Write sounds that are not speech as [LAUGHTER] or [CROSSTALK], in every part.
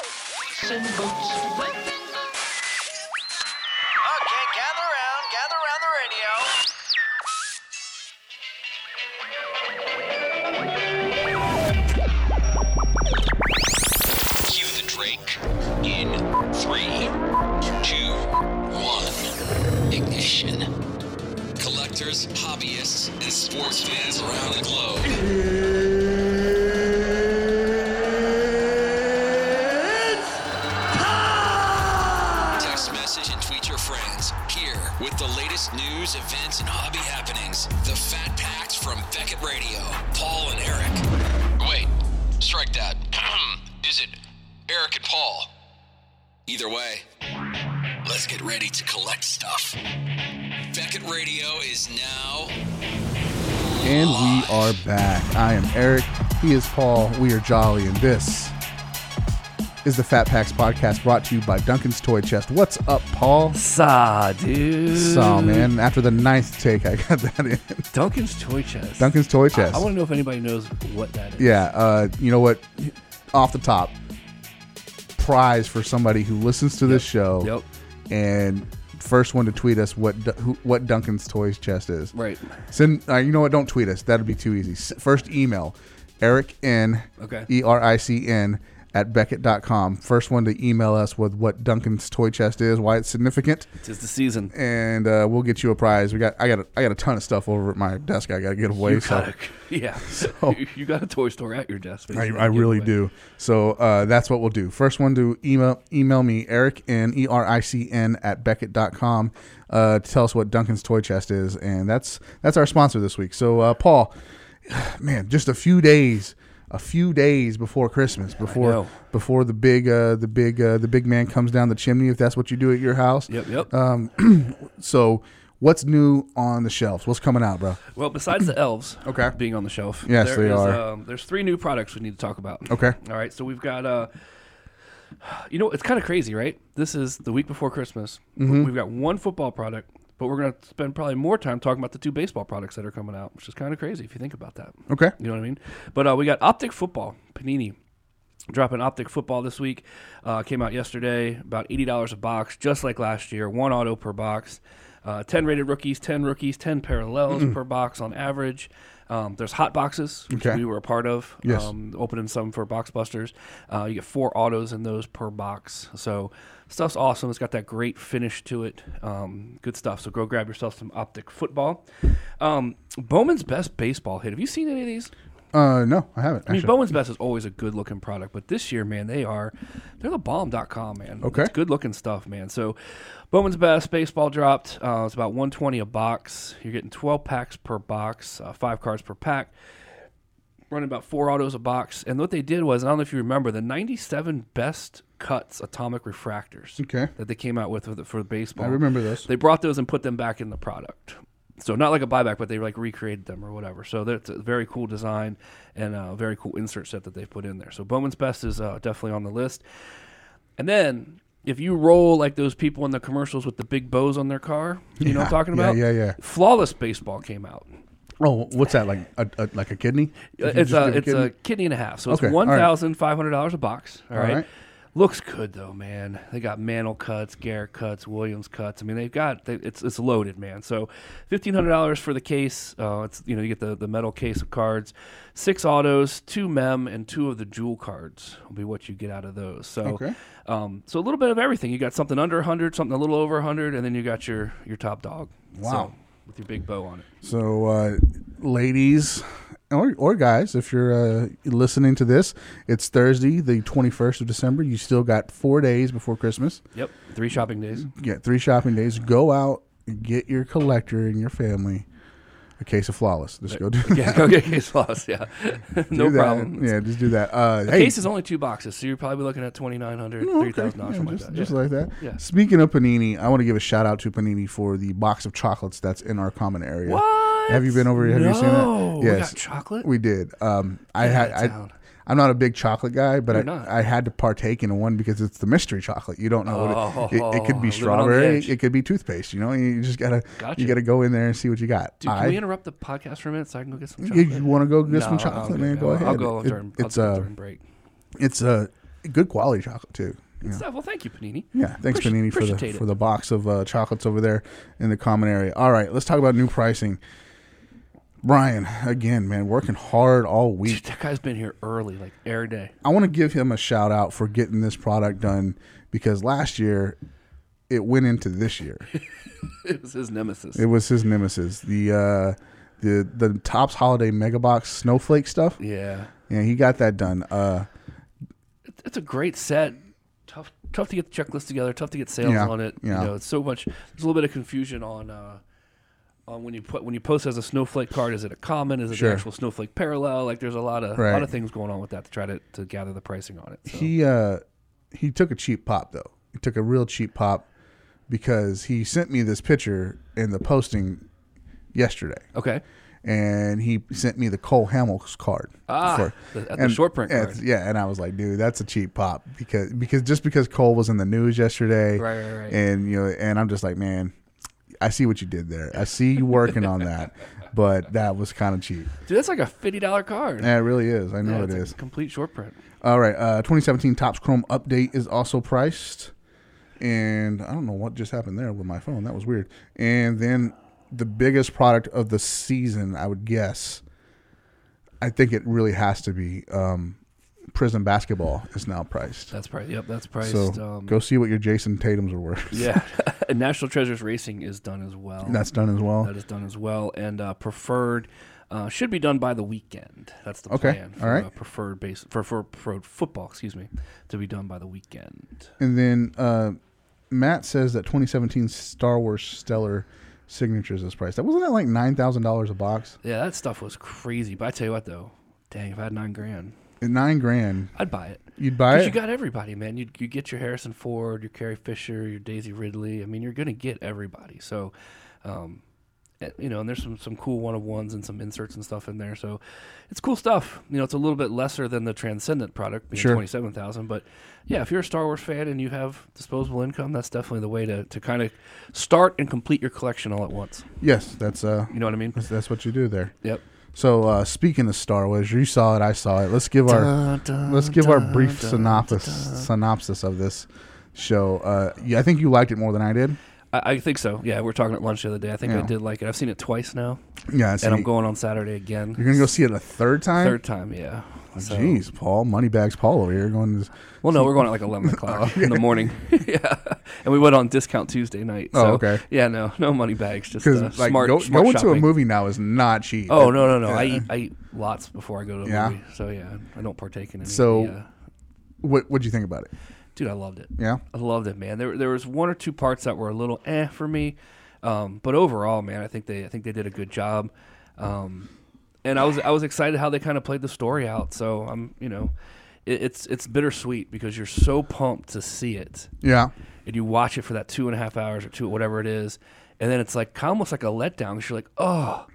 Boots and boots. Okay, gather around, gather around the radio. Cue the Drake in three, two, one. Ignition. Collectors, hobbyists, and sports fans around the globe. Text message and tweet your friends. Here with the latest news, events, and hobby happenings. The Fat Packs from Beckett Radio. Paul and Eric. Wait, strike that. [CLEARS THROAT] Is it Eric and Paul? Either way, let's get ready to collect stuff. Beckett Radio is now And we are back. I am Eric. He is Paul. We are Jolly. And this is the Fat Packs podcast brought to you by Duncan's Toy Chest. What's up, Paul? Saw, dude. So, man, after the ninth take, I got [LAUGHS] that in. Duncan's toy chest. Duncan's Toy Chest. I want to know if anybody knows what that is. yeah, uh, you know what? Off the top, prize for somebody who listens to this show Yep. and first one to tweet us what Du- who, what Duncan's Toys Chest is. Right. Send uh, you know what? Don't tweet us. That'd be too easy. S- First email, Eric N. Okay. E R I C N at Beckett.com. First one to email us with what Duncan's toy chest is, why it's significant, Tis the season. and uh, we'll get you a prize. We got I got a, I got a ton of stuff over at my desk. I got to get away. so [LAUGHS] yeah. you got a toy store at your desk. I, basically. I really Giveaway. do. So uh, that's what we'll do. First one to email email me Eric N E R I C N at Beckett.com uh, to tell us what Duncan's toy chest is, and that's that's our sponsor this week. So uh, Paul, [SIGHS] man, just a few days, a few days before Christmas, before know. before the big uh, the big uh, the big man comes down the chimney, if that's what you do Uh, at your house. Yep, yep. So what's new on the shelves? What's coming out, bro? well, besides the elves [CLEARS THROAT] Okay. being on the shelf, Yes, there they is, are. Um, there's three new products we need to talk about. Okay. All right. So we've got, uh, you know, it's kind of crazy, right? This is the week before Christmas. Mm-hmm. We've got one football product, but we're going to spend probably more time talking about the two baseball products that are coming out, which is kind of crazy if you think about that. Okay. You know what I mean? But uh, we got Optic Football, Panini. Dropping Optic Football this week. Uh, came out yesterday, about $80 a box, just like last year. One auto per box. Uh, 10 rated rookies, 10 rookies, 10 parallels per box on average. Um, there's hot boxes, which Okay. we were a part of. Yes. Um, opening some for Box Busters. Uh, you get four autos in those per box. So stuff's awesome. It's got that great finish to it. Um, good stuff. So go grab yourself some Optic Football. Um, Bowman's Best Baseball Hit. Have you seen any of these? Uh, no, I haven't. I mean, actually. Bowen's Best is always a good looking product, but this year, man, they are they're the bomb.com, man. Okay. It's good looking stuff, man. So Bowman's Best baseball dropped. Uh, it's about 120 a box. You're getting 12 packs per box, uh, five cards per pack. Running about four autos a box. And what they did was, I don't know if you remember, the 97 best cuts atomic refractors Okay. that they came out with for, the, for baseball. I remember those. They brought those and put them back in the product. So not like a buyback, but they like recreated them or whatever. So that's a very cool design and a very cool insert set that they put in there. So Bowman's Best is uh, definitely on the list. And then if you roll like those people in the commercials with the big bows on their car, you know what I'm talking yeah, about? yeah, yeah. Flawless Baseball came out. Oh, what's that like? A, a, like a kidney? If you Uh, It's just a give it's kidney? a kidney and a half. So it's Okay, all one right. thousand five hundred dollars a box. all All right. right. Looks good though, man. They got Mantle cuts, Garrett cuts, Williams cuts. I mean, they've got they, it's it's loaded, man. So fifteen hundred dollars for the case. Uh, it's you know you get the the metal case of cards, six autos, two mem, and two of the jewel cards will be what you get out of those. So Okay. um, so a little bit of everything. You got something under hundred, something a little over hundred, and then you got your your top dog. Wow. So, with your big bow on it. So, uh, ladies or, or guys, if you're uh, listening to this, it's Thursday, the 21st of December. You still got four days before Christmas. Yep. Three shopping days. You got three shopping days. Go out and get your collector and your family a case of flawless. Just go do, [LAUGHS] [LAUGHS] Yeah, go get case floss. Yeah, [LAUGHS] no do that. problem. Yeah, just do that. Uh, hey, Case is only two boxes, so you're probably looking at twenty nine hundred, Oh, three okay. thousand dollars, Yeah, something just, like that. just yeah. like that. Yeah. Speaking of panini, I want to give a shout out to panini for the box of chocolates that's in our common area. What? Have you been over? Have you seen No. that? We got chocolate? We did. Um, I had. I, town. I'm not a big chocolate guy, but You're I, not. I had to partake in one because it's the mystery chocolate. You don't know what it, it, it could be Oh, living on the strawberry, edge. it could be toothpaste. You know, you just gotta Gotcha. you gotta go in there and see what you got. Dude, can I- we interrupt the podcast for a minute so I can go get some you chocolate? want to go get No, some I'm chocolate, good, man? Go I'll, ahead. I'll go It- during, it's I'll go uh, during break. it's a good quality chocolate too. Good stuff. Well, thank you, Panini. Yeah, thanks Appreci- Panini for the appreciate it. for the box of uh, chocolates over there in the common area. All right, let's talk about new pricing. Brian, again, man, working hard all week. That guy's been here early, like every day. I want to give him a shout out for getting this product done because last year it went into this year. It was his nemesis. It was his nemesis, the uh, the the Topps Holiday Mega Box Snowflake stuff. yeah, Yeah, he got that done. Uh, It- it's a great set. Tough, tough to get the checklist together. Tough to get sales Yeah, on it. yeah. You know, it's so much. There's a little bit of confusion on. Uh, on when you put when you post as a snowflake card, is it a common? Is it Sure. an actual snowflake parallel? Like there's a lot of a Right. lot of things going on with that to try to, to gather the pricing on it. So. he uh he took a cheap pop though. He took a real cheap pop because he sent me this picture in the posting yesterday, okay, and he sent me the Cole Hamels card. Ah, for- the- the short print and- card. Yeah, and I was like, dude, that's a cheap pop because because just because Cole was in the news yesterday, Right, right, right. and you know, and I'm just like, man. I see what you did there. I see you working on that, but that was kind of cheap. dude, that's like a fifty dollar card. Yeah, it really is. I know Yeah, it it's a is. complete short print. All right, uh, 2017 Topps Chrome update is also priced, and I don't know what just happened there with my phone. That was weird. And then the biggest product of the season, I would guess. I think it really has to be um, prison basketball is now priced. That's priced. Yep, that's priced. so um, go see what your Jason Tatum's [LAUGHS] are worth. yeah, [LAUGHS] and National Treasures Racing is done as well. That's done as well. that is done as well, and uh, preferred uh, should be done by the weekend. That's the Okay, plan. all right. uh, preferred base for, for preferred football, excuse me, to be done by the weekend. And then uh, Matt says that 2017 Star Wars Stellar signatures is priced. That wasn't that like nine thousand dollars a box? Yeah, that stuff was crazy. But I tell you what, though, dang, if I had nine grand, At nine grand, I'd buy it. you'd buy 'Cause it. you got everybody, man. You you get your Harrison Ford, your Carrie Fisher, your Daisy Ridley. I mean, you're gonna get everybody. So, um, eh, you know, and there's some some cool one of ones and some inserts and stuff in there. So, it's cool stuff. You know, it's a little bit lesser than the Transcendent product, being Sure. twenty seven thousand. But yeah, if you're a Star Wars fan and you have disposable income, that's definitely the way to to kind of start and complete your collection all at once. Yes, that's uh, You know what I mean? that's, that's what you do there. Yep. So uh, speaking of Star Wars, you saw it, I saw it. Let's give our Dun, dun, let's give our dun, brief dun, synopsis dun. synopsis of this show. Uh, yeah, I think you liked it more than I did. I, I think so. Yeah, we were talking at lunch the other day. I think Yeah. I did like it. I've seen it twice now. Yeah, so and I'm you- going on Saturday again. You're gonna go see it a third time. third time, yeah. So- Jeez, Paul, moneybags, Paul over here going. This, Well, no, we're going at [LAUGHS] like eleven o'clock in the morning. [LAUGHS] yeah, and we went on discount Tuesday night. Oh, So, okay. Yeah, no, no money bags. Just because uh, like smart, go, smart going to a shopping. movie now is not cheap. Oh no, no, no! I Yeah. eat, I eat lots before I go to a Yeah. movie. So yeah, I don't partake in any. So- yeah. What what'd you think about it? dude, I loved it. Yeah, I loved it, man. There, there was one or two parts that were a little eh for me, um, but overall, man, I think they, I think they did a good job. Um, and I was, I was excited how they kind of played the story out. So I'm, you know, it, it's, it's bittersweet because you're so pumped to see it, yeah, and you watch it for that two and a half hours or two, whatever it is, and then it's like almost like a letdown because you're like, oh,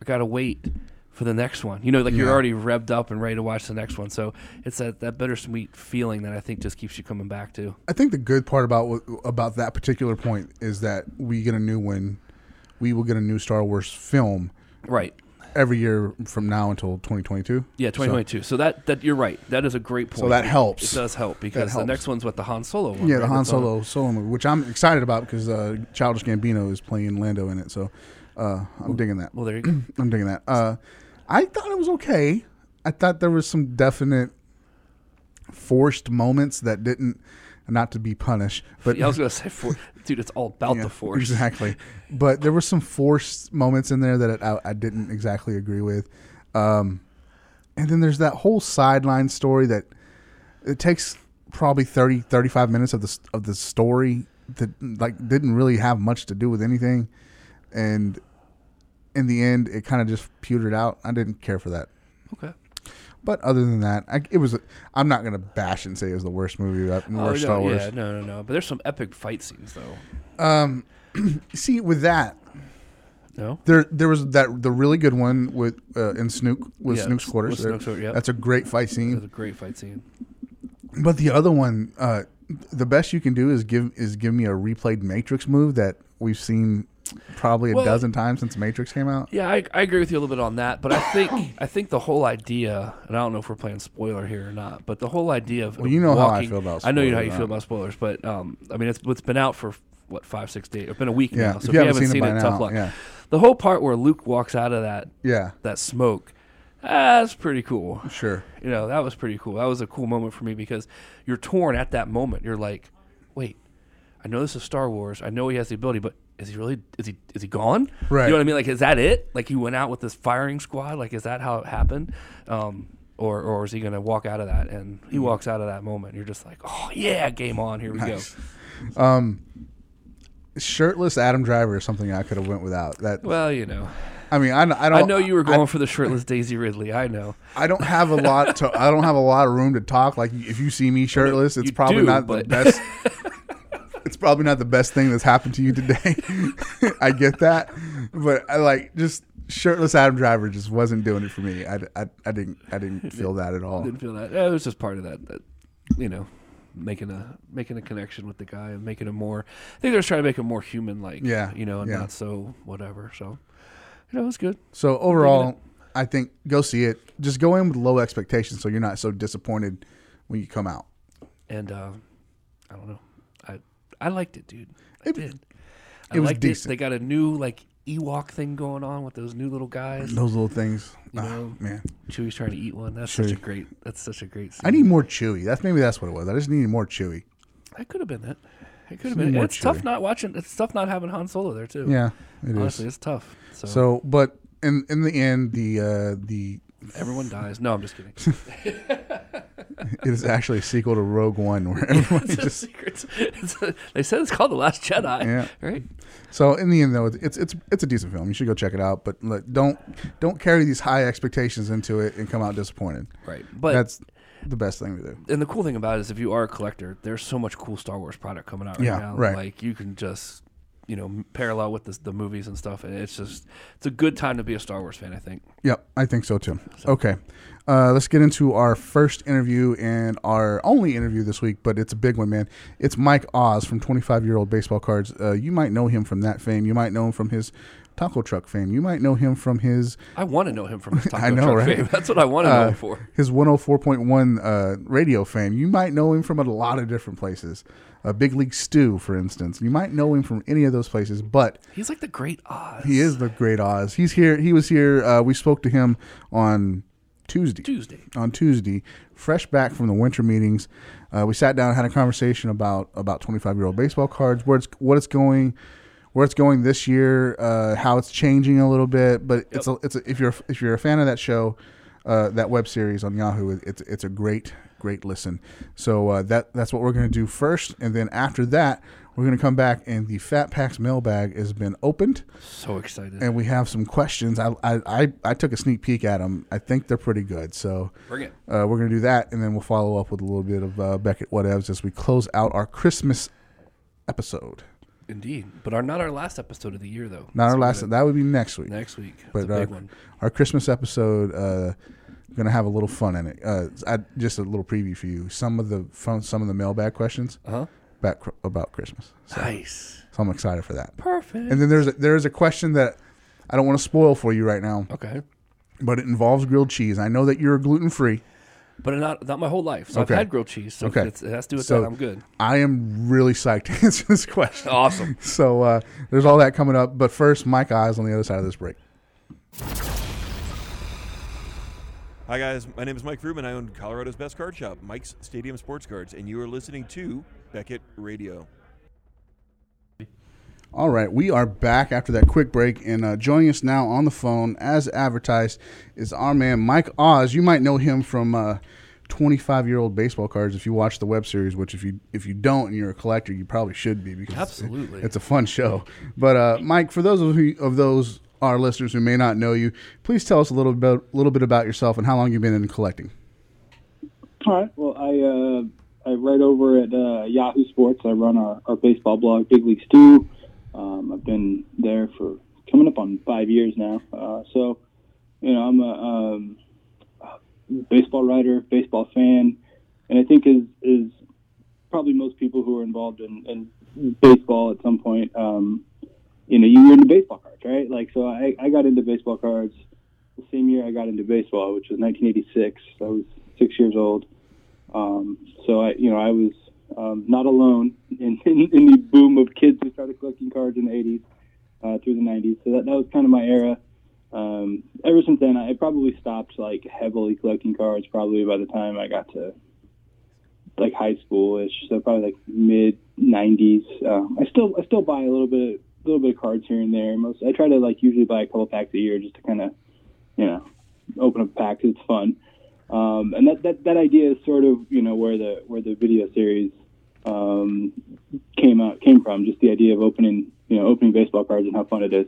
I gotta wait for the next one. You know, like you're Yeah. already revved up and ready to watch the next one. So it's that that bittersweet feeling that I think just keeps you coming back to. I think the good part about what- about that particular point is that we get a new one. We will get a new Star Wars film Right. every year from now until 2022. Yeah, 2022. So, that that you're right. That is a great point. So that helps. It does help because the helps. next one's what the Han Solo one. Yeah, right? the Han That's on- Solo solo movie, which I'm excited about because uh, Childish Gambino is playing Lando in it. So uh, I'm digging that. [CLEARS THROAT] Well, there you go. I'm digging that. Uh, I thought it was okay. I thought there was some definite forced moments that didn't, not to be punished, but yeah, I was gonna say, for, dude, it's all about Yeah, the Force. Exactly. But there were some forced moments in there that I, I didn't exactly agree with. Um, and then there's that whole sideline story that it takes probably 30, 35 minutes of the, s- of the story that like didn't really have much to do with anything. And in the end, it kind of just pewtered out. I didn't care for that. Okay. But other than that, I, it was. I'm not gonna bash and say it was the worst movie, uh, worst Oh, no, Star Wars. Yeah, no, no, no. But there's some epic fight scenes though. Um, see, with that, No. There, there was that the really good one with uh, in Snook with Yeah, Snook's with quarters. Snook's quarter, yep. That's a great fight It was scene. a great fight scene. But the other one, uh, the best you can do is give is give me a replayed Matrix move that we've seen probably a Well- dozen times since Matrix came out. Yeah, I, I agree with you a little bit on that, but I [COUGHS] think I think the whole idea, and I don't know if we're playing spoiler here or not, but the whole idea of Well, you know how I walking- feel about I know you know how spoilers, you feel right? about spoilers, but um, I mean it's it's been out for what five six days, it's been a week Yeah, now, if so you if you haven't haven't seen it seen it, by now, tough luck. yeah. The whole part where Luke walks out of that Yeah, that smoke, ah, that's pretty cool. sure. You know that was pretty cool. That was a cool moment for me because you're torn at that moment. You're like, wait, I know this is Star Wars. I know he has the ability, but is he really? Is he? Is he gone? Right. You know what I mean? Like, is that it? Like he went out with this firing squad? Like, is that how it happened? Um, or or is he gonna walk out of that? And Mm-hmm. he walks out of that moment. You're just like, oh yeah, game on. Here we go. Shirtless Adam Driver is something I could have went without. That Well, you know, I mean, I, don't- I don't. I know you were going for the shirtless Daisy Ridley. I know. I don't have a lot to. I don't have a lot of room to talk. Like if you see me shirtless, it's you probably do, not the but- [LAUGHS] best. it's probably not the best thing that's happened to you today. [LAUGHS] I get that, but I like just shirtless Adam Driver just wasn't doing it for me. I, I, I didn't I [LAUGHS] didn't feel that at all. didn't feel that. Eh, It was just part of that, that you know, making a making a connection with the guy and making him more. I think they're just trying to make him more human, like Yeah, you know, and yeah. not so whatever. So, you know, it was good. So overall, I think go see it. Just go in with low expectations so you're not so disappointed when you come out. And uh, I don't know, I I liked it, dude. I It- did. I it was liked decent. It. They got a new like Ewok thing going on with those new little guys. Those little things, Ah, know. man. Chewie's trying to eat one. That's such a great. That's such a great. Scene. I need more chewy. That's maybe that's what it was. I just needed more chewy. That could have been it. It could have need been. it. more It's tough Chewie. not watching. It's tough not having Han Solo there too. Yeah, it is. honestly, it's tough. So, So, but in in the end, the uh, the everyone dies. No, I'm [LAUGHS] just kidding. it is actually a sequel to Rogue One. [LAUGHS] Where everyone It's a just, secret. It's a- they said it's called the Last Jedi. Yeah. Right. so in the end, though, it's it's it's a decent film. You should go check it out. But look, don't don't carry these high expectations into it and come out disappointed. Right. But That's the best thing to do. and the cool thing about it is if you are a collector, there's so much cool Star Wars product coming out right Yeah, now. right. Like you can just you know m- parallel with this, the movies and stuff, and it's just it's a good time to be a Star Wars fan. I think. Yep, I think so too. Okay, uh, let's get into our first interview and our only interview this week, but it's a big one, man. It's Mike Oz from 25 Year Old Baseball Cards. Uh, you might know him from that fame. You might know him from his taco truck fame. You might know him from his I want to know him [LAUGHS] from his taco I know, truck right? fame. [LAUGHS] That's what I want to know uh, him for. his 104.1 uh, radio fame. You might know him from a lot of different places. Uh, Big League Stew, for instance. You might know him from any of those places, but He's like the Great Oz. he is the Great Oz. He's here. He was here. Uh, we spoke to him on Tuesday. Tuesday. on Tuesday, fresh back from the winter meetings. Uh, we sat down and had a conversation about about 25 year old baseball cards, where it's what it's going, where it's going this year, uh, how it's changing a little bit. But it's a, it's a, if you're if you're a fan of that show, uh, that web series on Yahoo, it- it's it's a great great listen. So uh, that that's what we're going to do first, and then after that. We're going to come back, and the Fat Packs mailbag has been opened, So excited. and we have some questions. I, I, I, I took a sneak peek at them. I think they're pretty good. So Bring it. uh, we're going to do that, and then we'll follow up with a little bit of uh, Beckett Whatevs as we close out our Christmas episode. Indeed. But our not our last episode of the year though. Not It's our gonna last, that would be next week. be next week. It's but uh, a big our, one. our Christmas episode, uh, going to have a little fun in it. Uh, I, just a little preview for you. Some of the fun, some of the mailbag questions Uh huh. about, cr- about Christmas. So, Nice. so I'm excited for that. Perfect. And then there's a, there's a question that I don't want to spoil for you right now, okay. but it involves grilled cheese. I know that you're gluten free. But not not my whole life. So Okay. I've had grilled cheese. So Okay. it's, it has to do with So- that. I'm good. I am really psyched [LAUGHS] to answer this question. Awesome. So uh, there's all that coming up. But first, Mike Eyes on the other side of this break. Hi guys, my name is Mike Rubin. I own Colorado's best card shop, Mike's Stadium Sports Cards, and you are listening to Beckett Radio. All right, we are back after that quick break, and uh, joining us now on the phone, as advertised, is our man Mike Oz. You might know him from uh, 25-year-old baseball cards if you watch the web series. Which if you if you don't and you're a collector, you probably should be because it's- Absolutely. it's a fun show. But uh, Mike, for those of you, of those our listeners who may not know you, please tell us a little bit little bit about yourself and how long you've been in collecting. All right. Well, I uh, I write over at uh, Yahoo Sports. I run our, our baseball blog, Big League Stew. Um, I've been there for coming up on five years now. Uh, so, you know, I'm a um, baseball writer, baseball fan, and I think is is probably most people who are involved in, in baseball at some point um, you know, you were into baseball cards, right? Like, so I, I got into baseball cards the same year I got into baseball, which was 1986. I was six years old. Um, so I, you know, I was um, not alone in, [LAUGHS] in, in the boom of kids who started collecting cards in the 80s uh, through the 90s. So that, that was kind of my era. Um, ever since then, I probably stopped like heavily collecting cards. Probably by the time I got to like high school ish, so probably like mid '90s. Um, I still I still buy a little bit a little bit of cards here and there. Most I try to like usually buy a couple packs a year just to kind of you know open up packs. It's fun, um, and that, that that idea is sort of you know where the where the video series um, came out came from. Just the idea of opening you know opening baseball cards and how fun it is.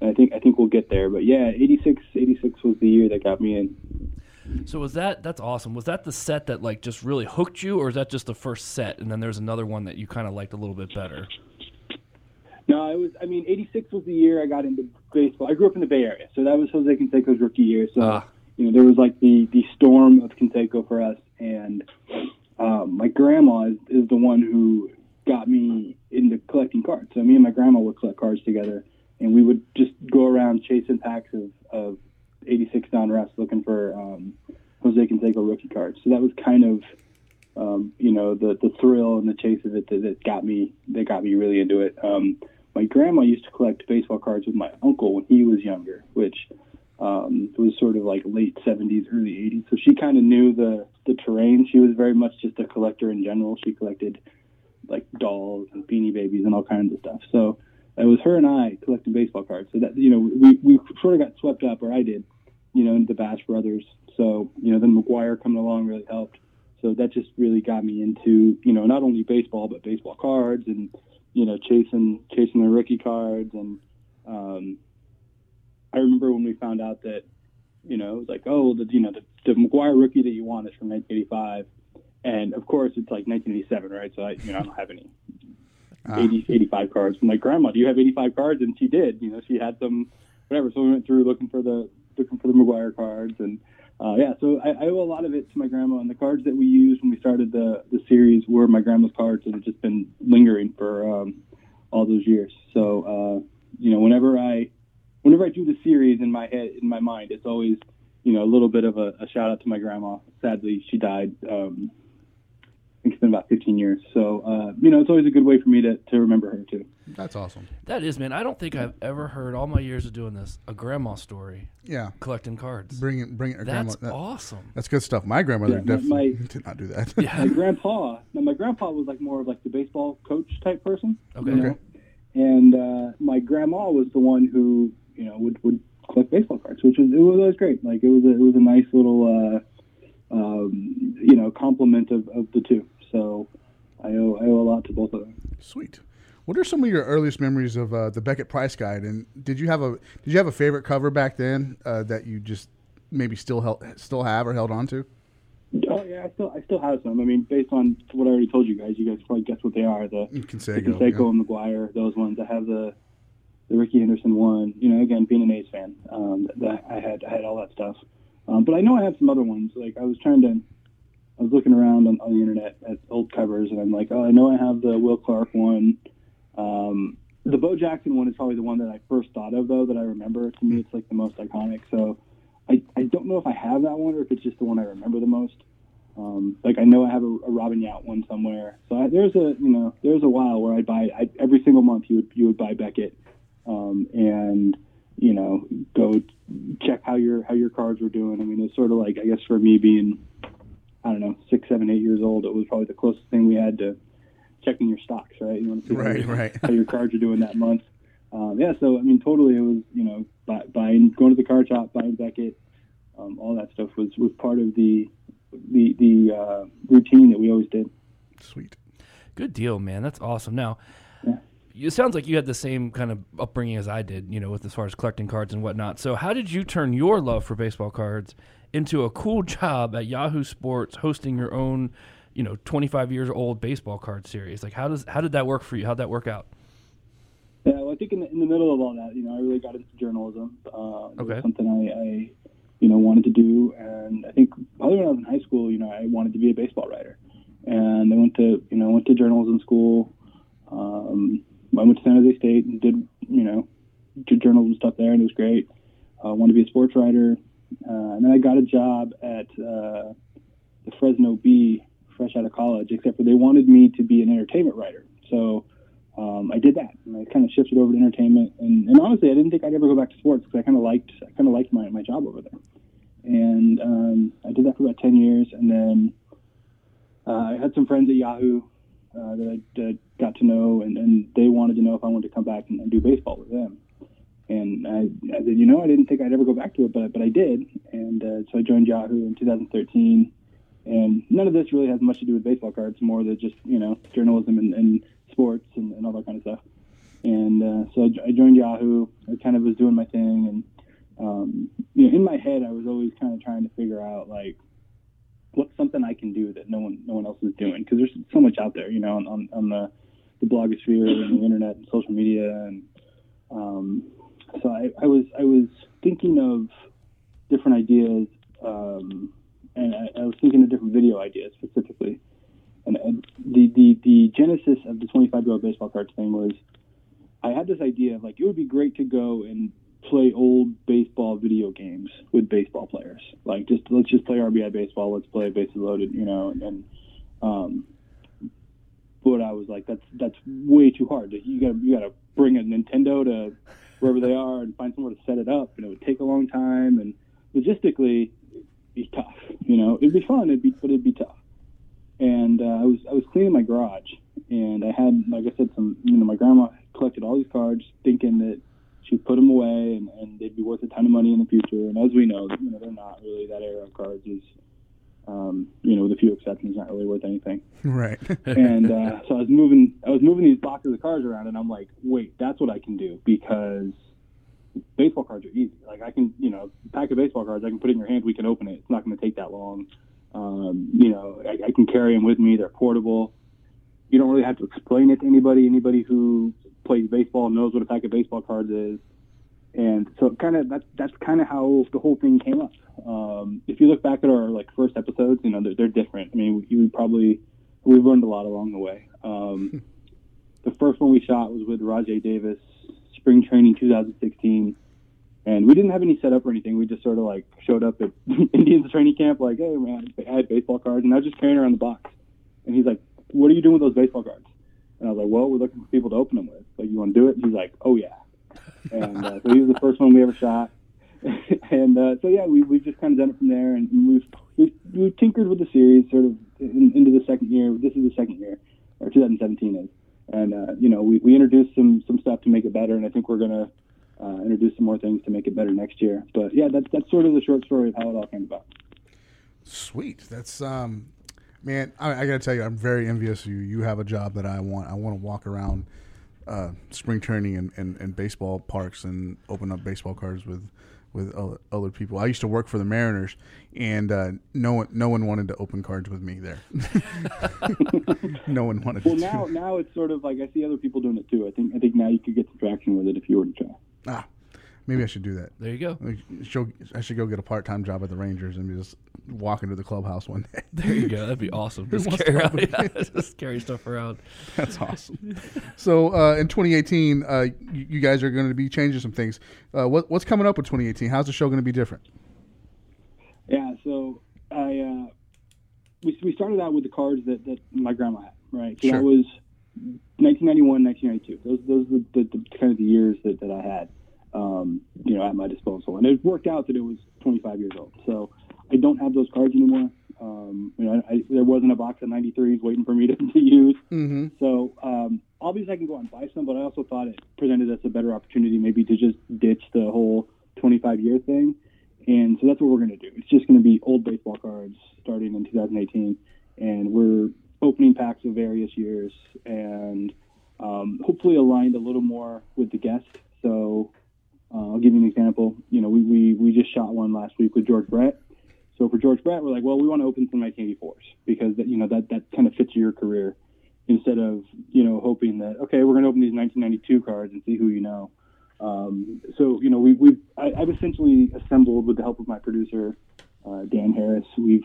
And I think I think we'll get there. But yeah, 86, 86 was the year that got me in. So was that that's awesome. Was that the set that like just really hooked you or is that just the first set and then there's another one that you kind of liked a little bit better? No, it was. I mean, '86 was the year I got into baseball. I grew up in the Bay Area, so that was Jose Canseco's rookie year. So Ah. you know, there was like the the storm of Canseco for us, and um, my grandma is, is the one who got me into collecting cards. So me and my grandma would collect cards together, and we would just go around chasing packs of, of '86 Don Russ looking for um, Jose Canseco rookie cards. So that was kind of um, you know the the thrill and the chase of it that, that got me that got me really into it. Um, my grandma used to collect baseball cards with my uncle when he was younger, which um, was sort of like late seventies, early eighties. So she kind of knew the the terrain. She was very much just a collector in general. She collected like dolls and beanie babies and all kinds of stuff. So it was her and I collecting baseball cards. So that you know we we sort of got swept up, or I did, you know, into the Bash Brothers. So you know then McGuire coming along really helped. So that just really got me into, you know, not only baseball but baseball cards and, you know, chasing chasing the rookie cards and um, I remember when we found out that, you know, it was like, oh, the you know the, the McGuire rookie that you want is from 1985, and of course it's like 1987, right? So I, you know, I don't have any 80, 85 cards. I'm like, Grandma, do you have 85 cards? And she did. You know, she had them, whatever. So we went through looking for the looking for the McGuire cards, and uh, yeah. So I, I owe a lot of it to my grandma. And the cards that we used when we started the the series were my grandma's cards that have just been lingering for um, all those years. So uh, you know, whenever I whenever I do the series in my head in my mind, it's always you know a little bit of a, a shout out to my grandma. Sadly, she died um, I think it's been about 15 years. So, uh, you know, it's always a good way for me to, to remember her, too. That's awesome. That is, man. I don't think I've ever heard all my years of doing this a grandma story Yeah, collecting cards. bring it, bring it. Her That's grandma. that- awesome. That's good stuff. My grandmother Yeah, my- definitely [LAUGHS] my- did not do that. Yeah. My grandpa, now my grandpa was like more of like the baseball coach type person. Okay. you know? And uh, my grandma was the one who, you know, would, would collect baseball cards, which was, it was always great. Like, it was a, it was a nice little, uh, um, you know, complement of, of the two. So I owe, I owe a lot to both of them. Sweet. What are some of your earliest memories of uh, the Beckett Price Guide? And did you have a did you have a favorite cover back then uh, that you just maybe still held, still have or held on to? Oh, yeah, I still, I still have some. I mean, based on what I already told you guys, you guys probably guess what they are. The, the Conseco. Canseco and McGuire, those ones. I have the the Ricky Henderson one. You know, again, being an A's fan, um, that I had I had all that stuff. Um, but I know I have some other ones. Like I was trying to, I was looking around on, on the internet at old covers, and I'm like, oh, I know I have the Will Clark one. Um, the Bo Jackson one is probably the one that I first thought of, though, that I remember. To me, it's like the most iconic. So I, I don't know if I have that one or if it's just the one I remember the most. Um, like I know I have a, a Robin Yount one somewhere. So I, there's a you know there's a while where I'd buy I, every single month you would you would buy Beckett, um, and you know go check how your how your cards were doing. I mean it's sort of like I guess for me being I don't know six seven eight years old it was probably the closest thing we had to checking your stocks right. You want to see how Right, your- right. how your cards are doing that month. Um, yeah, so I mean, totally, it was you know buy, buying, going to the card shop, buying Beckett, um, all that stuff was was part of the the the uh, routine that we always did. Sweet. [LAUGHS] Good deal, man. That's awesome. Now, you- it sounds like you had the same kind of upbringing as I did, you know, with as far as collecting cards and whatnot. So, how did you turn your love for baseball cards into a cool [LAUGHS] job at Yahoo Sports, hosting your own, you know, twenty five years old baseball card series? Like, how does how did that work for you? How'd that work out? Yeah, well, I think in the, in the middle of all that, you know, I really got into journalism. Uh, it was Okay. Something I, I, you know, wanted to do, and I think probably when I was in high school, you know, I wanted to be a baseball writer, and I went to, you know, I went to journalism school. Um, I went to San Jose State and did you know did journalism stuff there, and it was great. Uh, wanted to be a sports writer, uh, and then I got a job at uh, the Fresno Bee fresh out of college, except for they wanted me to be an entertainment writer. So um, I did that, and I kind of shifted over to entertainment. And, and honestly, I didn't think I'd ever go back to sports because I kind of liked I kind of liked my, my job over there. And um, I did that for about ten years, and then uh, I had some friends at Yahoo uh, that I that I got to know, and, and they wanted to know if I wanted to come back and, and do baseball with them. And I, I said, you know, I didn't think I'd ever go back to it, but but I did, and uh, so I joined Yahoo in 2013. And none of this really has much to do with baseball cards, more than just you know journalism and, and sports and, and all that kind of stuff. And uh, so I, jo- I joined Yahoo. I kind of was doing my thing, and um, you know, in my head, I was always kind of trying to figure out like what's something I can do that no one no one else is doing because there's so much out there, you know, on, on, on the the blogosphere and the internet and social media, and um, so I, I was I was thinking of different ideas, um, and I, I was thinking of different video ideas specifically. And, and the, the the genesis of the 25 year old baseball cards thing was I had this idea of like it would be great to go and play old baseball video games with baseball players. Like just let's just play RBI baseball, let's play bases loaded, you know, and, and um but I was like that's that's way too hard. You got to you got to bring a Nintendo to wherever they are and find somewhere to set it up and it would take a long time and logistically it'd be tough, you know. It'd be fun, it'd be but it'd be tough and uh, I was I was cleaning my garage, and I had like I said some you know my grandma collected all these cards, thinking that she put them away and, and they'd be worth a ton of money in the future. And as we know, you know they're not really that era of cards is, um, you know, with a few exceptions, not really worth anything. Right. and uh, so I was moving I was moving these boxes of cards around, and I'm like, wait, that's what I can do because baseball cards are easy. Like I can you know pack of baseball cards, I can put it in your hand, we can open it. It's not going to take that long um, you know, I, I can carry them with me. They're portable. You don't really have to explain it to anybody. Anybody who plays baseball knows what a pack of baseball cards is. And so, kind of that's that's kind of how the whole thing came up. Um, if you look back at our like first episodes, you know they're, they're different. I mean, we, we probably we've learned a lot along the way. Um, the first one we shot was with Rajay Davis, spring training 2016. And we didn't have any setup or anything. We just sort of like showed up at [LAUGHS] Indians training camp, like, hey man, I had baseball cards, and I was just carrying around the box. And he's like, "What are you doing with those baseball cards?" And I was like, "Well, we're looking for people to open them with. Like, you want to do it?" And he's like, "Oh yeah." And uh, so he was the first one we ever shot. [LAUGHS] and uh, so yeah, we we've just kind of done it from there, and we've we've, we've tinkered with the series sort of in, into the second year. This is the second year, or 2017 is. And uh, you know, we, we introduced some some stuff to make it better, and I think we're gonna uh, introduce some more things to make it better next year. But yeah, that's that's sort of the short story of how it all came about. Sweet. That's um, man. I, I gotta tell you, I'm very envious of you. You have a job that I want. I want to walk around uh, spring training and, and, and baseball parks and open up baseball cards with with o- other people. I used to work for the Mariners, and uh, no one no one wanted to open cards with me there. [LAUGHS] no one wanted Well, to. [LAUGHS] now now it's sort of like I see other people doing it too. I think I think now you could get some traction with it if you were to try. Ah, maybe I should do that. There you go. I should, I should go get a part time job at the Rangers and be just walk into the clubhouse one day. [LAUGHS] There you go. That'd [LAUGHS] be awesome. Just wants carry, [LAUGHS] to around, open yeah, just carry stuff around. That's awesome. so uh, in 2018, uh, you, you guys are going to be changing some things. Uh, what, what's coming up with 2018? How's the show going to be different? Yeah, so I uh, we we started out with the cards that, that my grandma had, right? So Sure. that was 1991, 1992. Those those were the, the kind of the years that, that I had, um, you know, at my disposal, and it worked out that it was 25 years old. So I don't have those cards anymore. Um, you know, I, I, there wasn't a box of 93s waiting for me to, to use. Mm-hmm. So um, obviously I can go out and buy some, but I also thought it presented us a better opportunity maybe to just ditch the whole 25 year thing. And so that's what we're going to do. It's just going to be old baseball cards starting in 2018, and we're opening packs of various years and um, hopefully aligned a little more with the guest. So uh, I'll give you an example. You know, we, we, we just shot one last week with George Brett. So for George Brett, we're like, well, we want to open some 1984s because that, you know that that kind of fits your career instead of you know hoping that okay we're going to open these 1992 cards and see who you know. Um, so you know we we I, I've essentially assembled with the help of my producer uh, Dan Harris. We've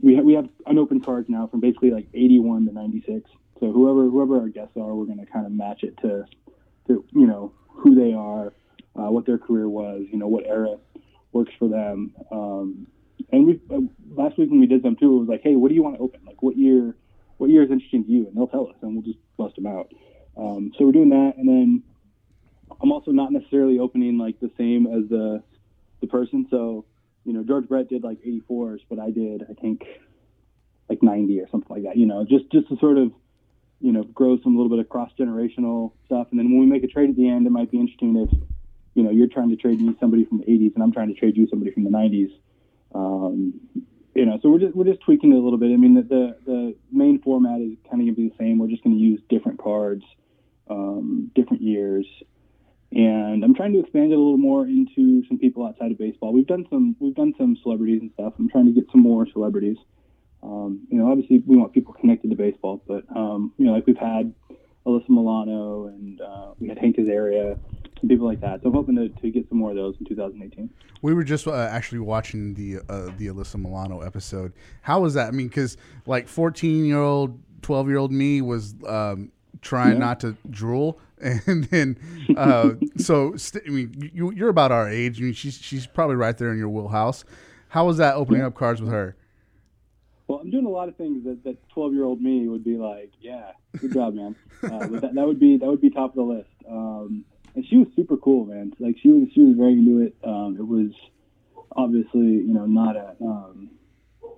we ha- we have unopened cards now from basically like 81 to 96, So whoever whoever our guests are, we're going to kind of match it to, to you know who they are, uh, what their career was, you know what era works for them. Um, and we uh, last week when we did them too, it was like, hey, what do you want to open? Like what year? What year is interesting to you? And they'll tell us, and we'll just bust them out. Um, so we're doing that, and then I'm also not necessarily opening like the same as the the person. So you know, George Brett did like 84s, but I did I think like 90 or something like that. You know, just just to sort of you know grow some little bit of cross generational stuff. And then when we make a trade at the end, it might be interesting if you know you're trying to trade me somebody from the 80s and I'm trying to trade you somebody from the 90s. Um, you know, so we're just we're just tweaking it a little bit. I mean, the the, the main format is kind of going to be the same. We're just going to use different cards, um, different years, and I'm trying to expand it a little more into some people outside of baseball. We've done some we've done some celebrities and stuff. I'm trying to get some more celebrities. Um, you know, obviously we want people connected to baseball, but um, you know, like we've had Alyssa Milano and uh, we had Hank Azaria, some people like that. So I'm hoping to, to get some more of those in 2018. We were just uh, actually watching the uh, the Alyssa Milano episode. How was that? I mean, because like fourteen year old, twelve year old me was um, trying not to drool, [LAUGHS] and then uh, so st- I mean, you, you're about our age. I mean, she's she's probably right there in your wheelhouse. How was that opening up cards with her? Well, I'm doing a lot of things that that 12 year old me would be like, yeah, good job, man. Uh, but that, that would be that would be top of the list. Um, and she was super cool, man. Like she was she was very into it. Um, it was obviously you know not a um,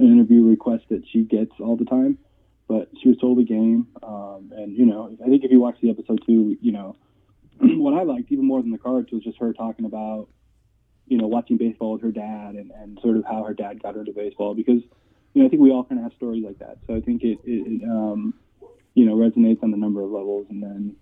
an interview request that she gets all the time, but she was totally game. Um, and you know, I think if you watch the episode too, you know, [CLEARS THROAT] what I liked even more than the cards was just her talking about you know watching baseball with her dad and and sort of how her dad got her into baseball because you know, I think we all kind of have stories like that. So I think it, it, it um, you know, resonates on a number of levels. And then,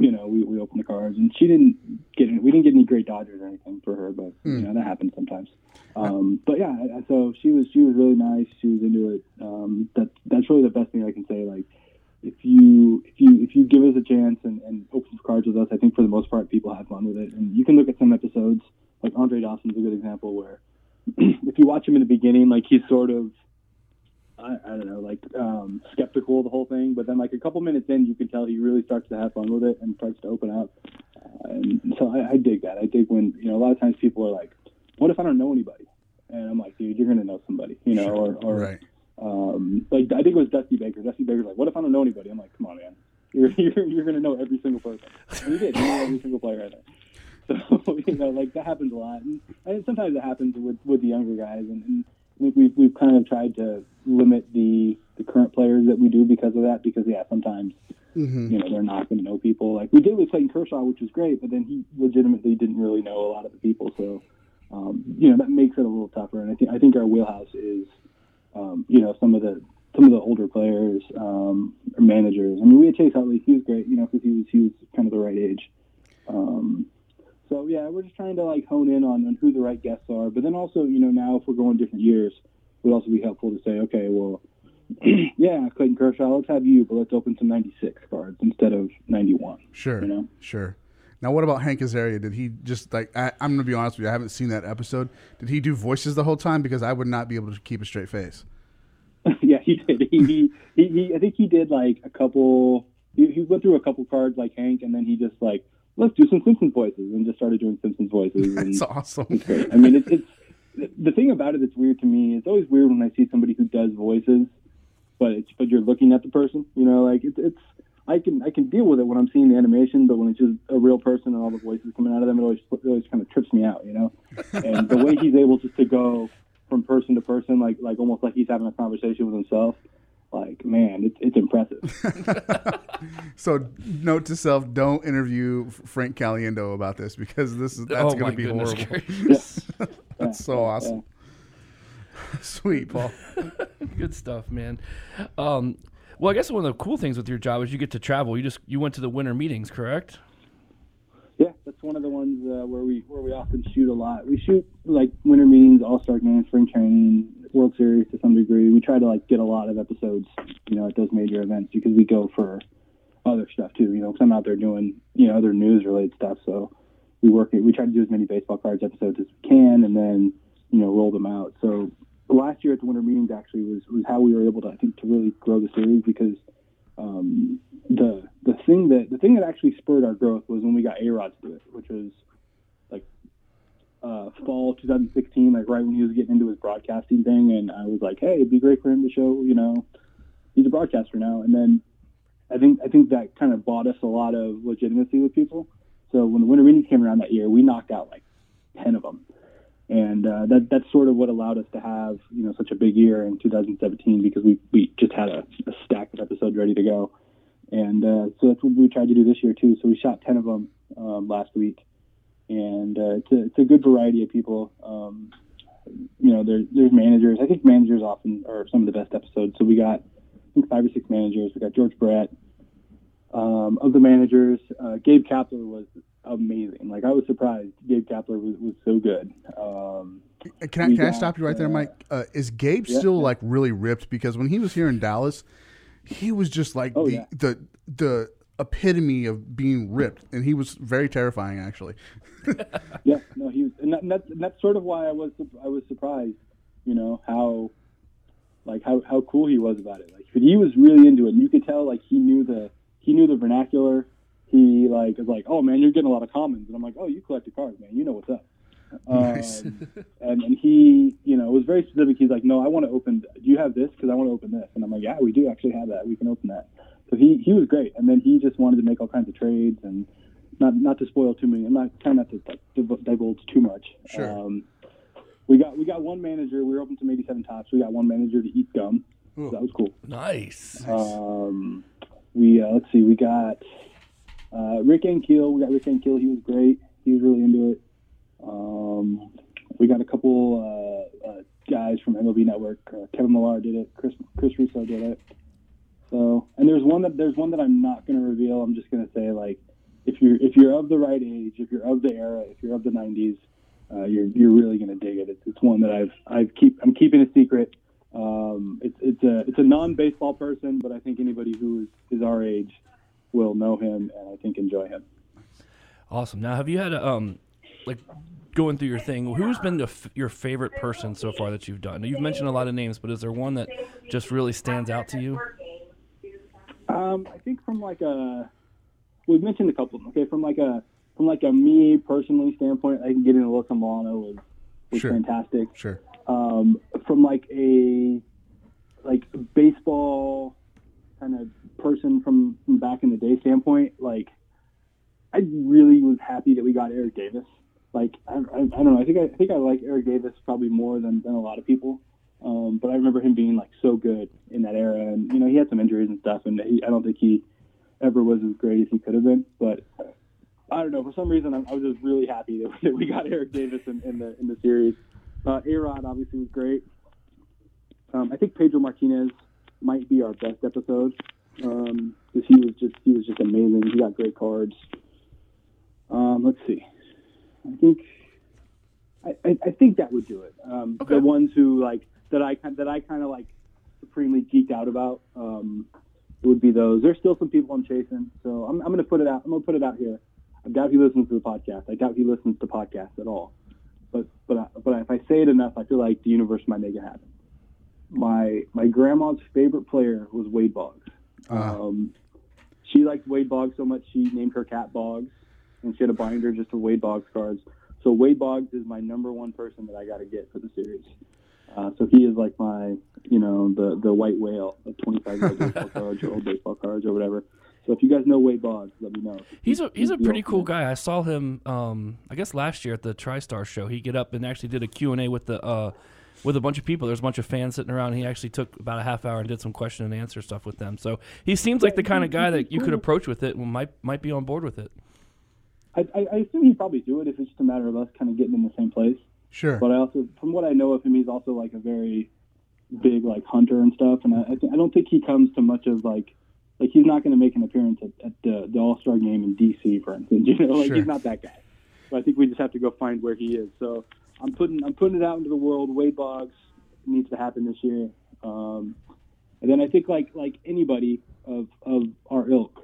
you know, we, we opened the cards, and she didn't get any, we didn't get any great Dodgers or anything for her, but you know that happens sometimes. Um, but yeah, I- I- so she was she was really nice. She was into it. Um, that that's really the best thing I can say. Like, if you if you if you give us a chance and, and open some cards with us, I think for the most part people have fun with it. And you can look at some episodes, like Andre Dawson's a good example where [CLEARS THROAT] if you watch him in the beginning, like he's sort of I, I don't know, like um, skeptical of the whole thing, but then like a couple minutes in, you can tell he really starts to have fun with it and starts to open up. Uh, and so I, I dig that. I dig when you know a lot of times people are like, "What if I don't know anybody?" And I'm like, "Dude, you're gonna know somebody," you know, or, or Right. um, like I think it was Dusty Baker. Dusty Baker's like, "What if I don't know anybody?" I'm like, "Come on, man, you're [LAUGHS] you're, you're gonna know every single person." And he did. He knew every single player out there. [LAUGHS] So you know, like that happens a lot, and, and sometimes it happens with with the younger guys. And, and I think we've we've kind of tried to limit the the current players that we do because of that. Because yeah, sometimes Mm-hmm. you know they're not going to know people. Like we did with Clayton Kershaw, which was great, but then he legitimately didn't really know a lot of the people. So um, you know that makes it a little tougher. And I think I think our wheelhouse is um, you know some of the some of the older players um, or managers. I mean, we had Chase Utley; he was great, you know, because he was he was kind of the right age. Um, so yeah, we're just trying to like hone in on, on who the right guests are, but then also you know now if we're going different years, it would also be helpful to say okay, well, [CLEARS THROAT] yeah, Clayton Kershaw, let's have you, but let's open some '96 cards instead of '91. Sure, You know? sure. Now, what about Hank Azaria? Did he just like? I, I'm gonna be honest with you. I haven't seen that episode. Did he do voices the whole time? Because I would not be able to keep a straight face. [LAUGHS] yeah, he did. He, he, he, he, I think he did like a couple. He, he went through a couple cards like Hank, and then he just like let's do some Simpsons voices, and just started doing Simpsons voices. And It's Mm. awesome. great. [LAUGHS] I mean, it's, it's the- the thing about it that's weird to me. It's always weird when I see somebody who does voices, but it's but you're looking at the person. You know, like it's it's I can I can deal with it when I'm seeing the animation, but when it's just a real person and all the voices coming out of them, it always it always kind of trips me out. You know, and the way he's able just to go from person to person, like like almost like he's having a conversation with himself. Like man, it's it's impressive. So, note to self: don't interview F- Frank Caliendo about this because this is [LAUGHS] that's oh going my to be goodness horrible. gracious. That's so awesome. [LAUGHS] Sweet, Paul. [LAUGHS] Good stuff, man. Um, well, I guess one of the cool things with your job is you get to travel. You just you went to the winter meetings, correct? Yeah, that's one of the ones uh, where we where we often shoot a lot. We shoot like winter meetings, all star games, spring training, World Series to some degree. We try to like get a lot of episodes, you know, at those major events because we go for other stuff too. You know, 'cause I'm out there doing you know other news related stuff. So we work it. We try to do as many baseball cards episodes as we can, and then you know roll them out. So last year at the winter meetings actually was was how we were able to I think to really grow the series because um, the the thing that the thing that actually spurred our growth was when we got A Rod to do it, which was like uh, fall 2016, like right when he was getting into his broadcasting thing, and I was like, hey, it'd be great for him to show, you know, he's a broadcaster now. And then I think I think that kind of bought us a lot of legitimacy with people. So when the Winter Meetings came around that year, we knocked out like ten of them, and uh, that that's sort of what allowed us to have you know such a big year in 2017 because we we just had a, a stack of episodes ready to go, and uh, so that's what we tried to do this year too. So we shot ten of them um, last week, and uh, it's a, it's a good variety of people. Um, you know, there, there's managers. I think managers often are some of the best episodes. So we got I think five or six managers. We got George Brett. Um, of the managers, uh, Gabe Kapler was amazing. Like I was surprised Gabe Kapler was, was so good. Um, Uh, Can I, We can I got, stop you right there, uh, Mike? Uh, is Gabe yeah, still yeah. like really ripped? Because when he was here in Dallas, he was just like Oh, the, yeah. the the epitome of being ripped, and he was very terrifying actually. [LAUGHS] yeah, no, he was, and, that, and, that's, and that's sort of why I was sur- I was surprised, you know how, like how, how cool he was about it. Like but he was really into it. And you could tell like he knew the he knew the vernacular. He like was like, oh man, you're getting a lot of commons, and I'm like, oh, you collected cards, man. You know what's up. Nice. Um, and, and he, you know, was very specific. He's like, no, I want to open. Do you have this? Because I want to open this. And I'm like, yeah, we do actually have that. We can open that. So he he was great. And then he just wanted to make all kinds of trades and not not to spoil too many. I'm not trying not to like, div- divulge too much. Sure. Um, we got we got one manager. We were open to 87 tops. We got one manager to eat gum. So Ooh. that was cool. Nice. Um, we uh, let's see, we got uh, Rick Ankiel. We got Rick Ankiel. He was great. He was really into it. Um, we got a couple uh, uh, guys from MLB Network. Uh, Kevin Millar did it. Chris Chris Russo did it. So, and there's one that there's one that I'm not going to reveal. I'm just going to say like, if you're if you're of the right age, if you're of the era, if you're of the '90s, uh, you're you're really going to dig it. It's, it's one that I've I've keep I'm keeping a secret. Um, it's it's a it's a non-baseball person, but I think anybody who is, is our age will know him and I think enjoy him. Awesome. Now, have you had a, um, like going through your thing? Who's been the f- your favorite person so far that you've done? Now, You've mentioned a lot of names, but is there one that just really stands out to you? Um, I think from like a we've mentioned a couple of them. Okay, from like a from like a me personally standpoint, I can get into Alyssa Milano was was Sure. fantastic. Sure. um, from like a like baseball kind of person from, from back in the day standpoint, like I really was happy that we got Eric Davis. Like I, I, I don't know, I think I, I think I like Eric Davis probably more than, than a lot of people. Um, but I remember him being like so good in that era, and you know he had some injuries and stuff, and he, I don't think he ever was as great as he could have been. But I don't know. For some reason, I'm, I was just really happy that, that we got Eric Davis in, in the in the series. Uh, Arod obviously was great. Um, I think Pedro Martinez might be our best episode because he was just he was just amazing. He got great cards. Um, let's see. I think I, I, I think that would do it. Um, Okay. The ones who like that I kin- that I kind of like supremely geeked out about um, would be those. There's still some people I'm chasing, so I'm, I'm going to put it out. I'm going to put it out here. I doubt he listens to the podcast. I doubt he listens to podcasts at all. But but I, but if I say it enough, I feel like the universe might make it happen. My my grandma's favorite player was Wade Boggs. Um, she liked Wade Boggs so much she named her cat Boggs, and she had a binder just of Wade Boggs cards. So Wade Boggs is my number one person that I got to get for the series. Uh, so he is like my, you know, the the white whale of 25 year old baseball cards or old baseball cards or whatever. So if you guys know Wade Boggs, let me know. He's a he's a the pretty ultimate. cool guy. I saw him, um, I guess last year at the TriStar show. He get up and actually did a Q and A with the uh, with a bunch of people. There's a bunch of fans sitting around. He actually took about a half hour and did some question and answer stuff with them. So he seems like the kind of guy that you could approach with it and might might be on board with it. I, I, I assume he'd probably do it if it's just a matter of us kind of getting in the same place. Sure. But I also, from what I know of him, he's also like a very big like hunter and stuff. And I, I, th- I don't think he comes to much of like like he's not going to make an appearance at, at the the All Star game in DC, for instance. [LAUGHS] You know, like Sure. he's not that guy. So I think we just have to go find where he is. So I'm putting I'm putting it out into the world. Wade Boggs needs to happen this year. Um, and then I think like like anybody of of our ilk.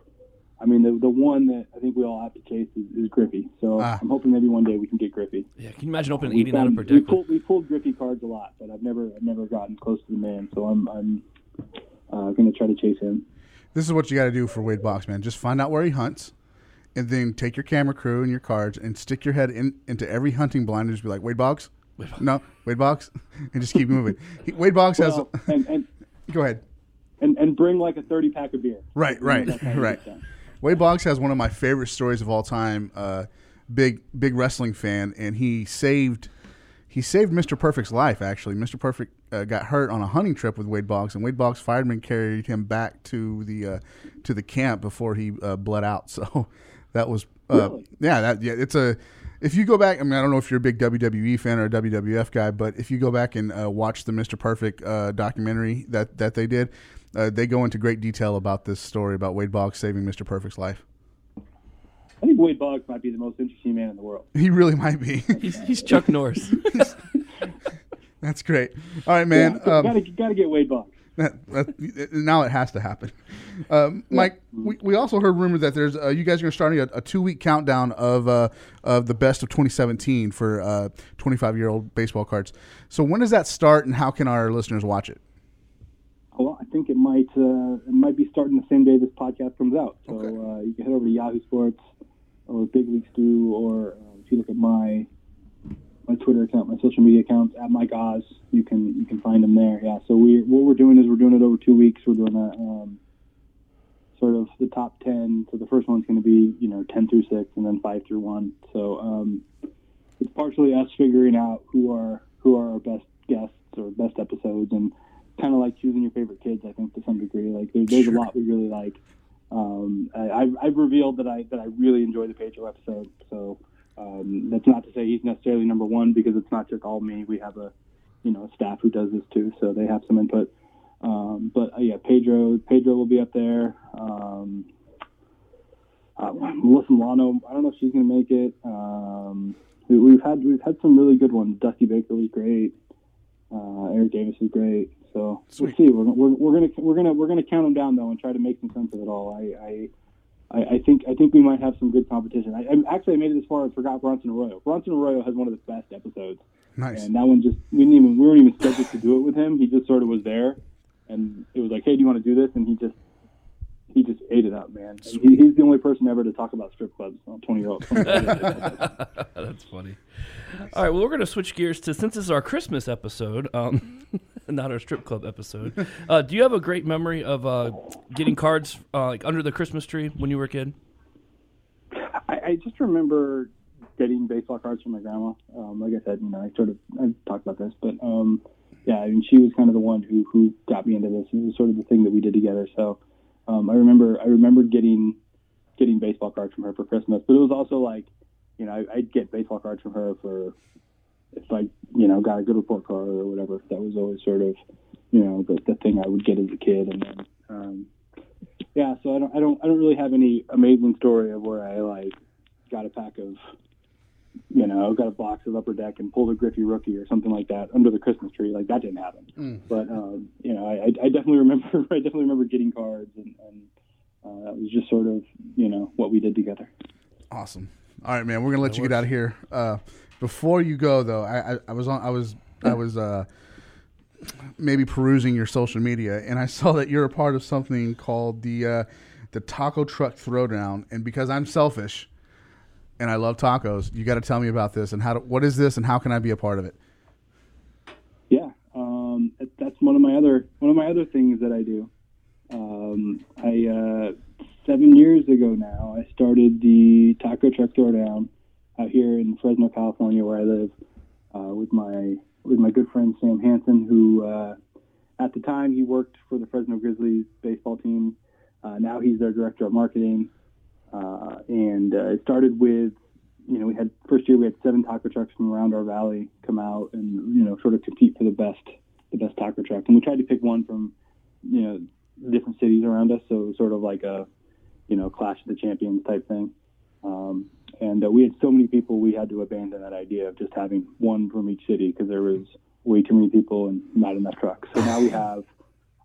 I mean, the, the one that I think we all have to chase is, is Griffey. So Ah. I'm hoping maybe one day we can get Griffey. Yeah, can you imagine opening We've 89 gotten- and we predict? pulled, we pulled Griffey cards a lot, but I've never I've never gotten close to the man, so I'm I'm uh, going to try to chase him. this is what you got to do for Wade Box, man. Just find out where he hunts, and then take your camera crew and your cards and stick your head in into every hunting blind and just be like, Wade Box, no, Wade Box, [LAUGHS] and just keep moving. He, Wade Box Well, has. and, and, [LAUGHS] Go ahead. and and bring like a thirty pack of beer. Right, right, That kind of right. stuff. Wade Boggs has one of my favorite stories of all time. Uh, big, big wrestling fan, and he saved he saved Mr. Perfect's life. Actually, Mr. Perfect uh, got hurt on a hunting trip with Wade Boggs, and Wade Boggs' fireman carried him back to the uh, to the camp before he uh, bled out. [LAUGHS] So that was uh, Really? yeah, that yeah, it's a. If you go back, I mean, I don't know if you're a big WWE fan or a WWF guy, but if you go back and uh, watch the Mr. Perfect uh, documentary that that they did, uh, they go into great detail about this story about Wade Boggs saving Mr. Perfect's life. [LAUGHS] I think Wade Boggs might be the most interesting man in the world. He really might be. [LAUGHS] He's, he's Chuck Norris. That's great. All right, man. Yeah, um, gotta gotta get Wade Boggs. that, that, now it has to happen. Um, Mike, we, we also heard rumor that there's uh, you guys are going to start a, a two week countdown of uh, of the best of 2017 for 25 year old baseball cards. So when does that start, and how can our listeners watch it? Well, I think it might uh, it might be starting the same day this podcast comes out. So uh, you can head over to Yahoo Sports or Big League Stew, or um, if you look at my my Twitter account, my social media accounts at Mike Oz, you can you can find them there. Yeah. So we what we're doing is we're doing it over two weeks. We're doing a um, sort of the top ten. So the first one's going to be you know ten through six, and then five through one. So um, it's partially us figuring out who are who are our best guests or best episodes and kind of like choosing your favorite kids i think to some degree like there, there's a lot we really like um, I, I've, I've revealed that i that i really enjoy the pedro episode so um, that's not to say he's necessarily number one because it's not just all me we have a you know staff who does this too so they have some input um, but uh, yeah pedro pedro will be up there um, uh, Melissa Milano, I don't know if she's going to make it. Um, we, we've had we've had some really good ones. Dusty Baker was great. Uh, Eric Davis was great. So Sweet. we'll see. We're, we're, we're gonna we're gonna we're gonna count them down though and try to make some sense of it all. I I, I, I think I think we might have some good competition. I, I actually I made it this far and forgot Bronson Arroyo. Bronson Arroyo has one of the best episodes. Nice. And that one just we didn't even we weren't even scheduled to do it with him. He just sort of was there, and it was like, hey, do you want to do this? And he just he just ate it up, man. And He, he's the only person ever to talk about strip clubs. Twenty year old. [LAUGHS] [LAUGHS] That's funny. All right, well, we're going to switch gears to since this is our Christmas episode, um, [LAUGHS] not our strip club [LAUGHS] episode. Uh, do you have a great memory of uh, getting cards uh, like under the Christmas tree when you were a kid? I, I just remember getting baseball cards from my grandma. Um, like I said, you know, I sort of I've talked about this, but um, yeah, I mean, she was kind of the one who who got me into this. It was sort of the thing that we did together. So um, I remember I remember getting getting baseball cards from her for Christmas, but it was also like, you know, I, I'd get baseball cards from her for if I you know got a good report card or whatever. That was always sort of you know the, the thing I would get as a kid, and then. Um, yeah, so I don't, I don't, I don't really have any amazing story of where I like got a pack of, you know, got a box of Upper Deck and pulled a Griffey rookie or something like that under the Christmas tree. Like that didn't happen. But um, you know, I, I- I definitely remember, [LAUGHS] I definitely remember getting cards, and, and uh, that was just sort of, you know, what we did together. Awesome. All right, man. We're gonna let you get out of here. Uh, before you go, though, I, I, I was on. I was. I was. Uh, maybe perusing your social media, and I [LAUGHS] saw that you're a part of something called the uh, the Taco Truck Throwdown. And because I'm selfish, and I love tacos, you got to tell me about this and how. To, what is this, and how can I be a part of it? Yeah, um, that- that's one of my other one of my other things that I do. Um, I uh, seven years ago now, I started the Taco Truck Throwdown out here in Fresno, California, where I live, uh, with my with my good friend Sam Hansen, who uh, at the time he worked for the Fresno Grizzlies baseball team. Uh, now he's their director of marketing, uh, and uh, it started with you know, we had first year we had seven taco trucks from around our valley come out and you know sort of compete for the best the best taco truck, and we tried to pick one from you know different cities around us, so it was sort of like a you know clash of the champions type thing. Um, and uh, we had so many people we had to abandon that idea of just having one from each city because there was way too many people and not enough trucks. So now we have,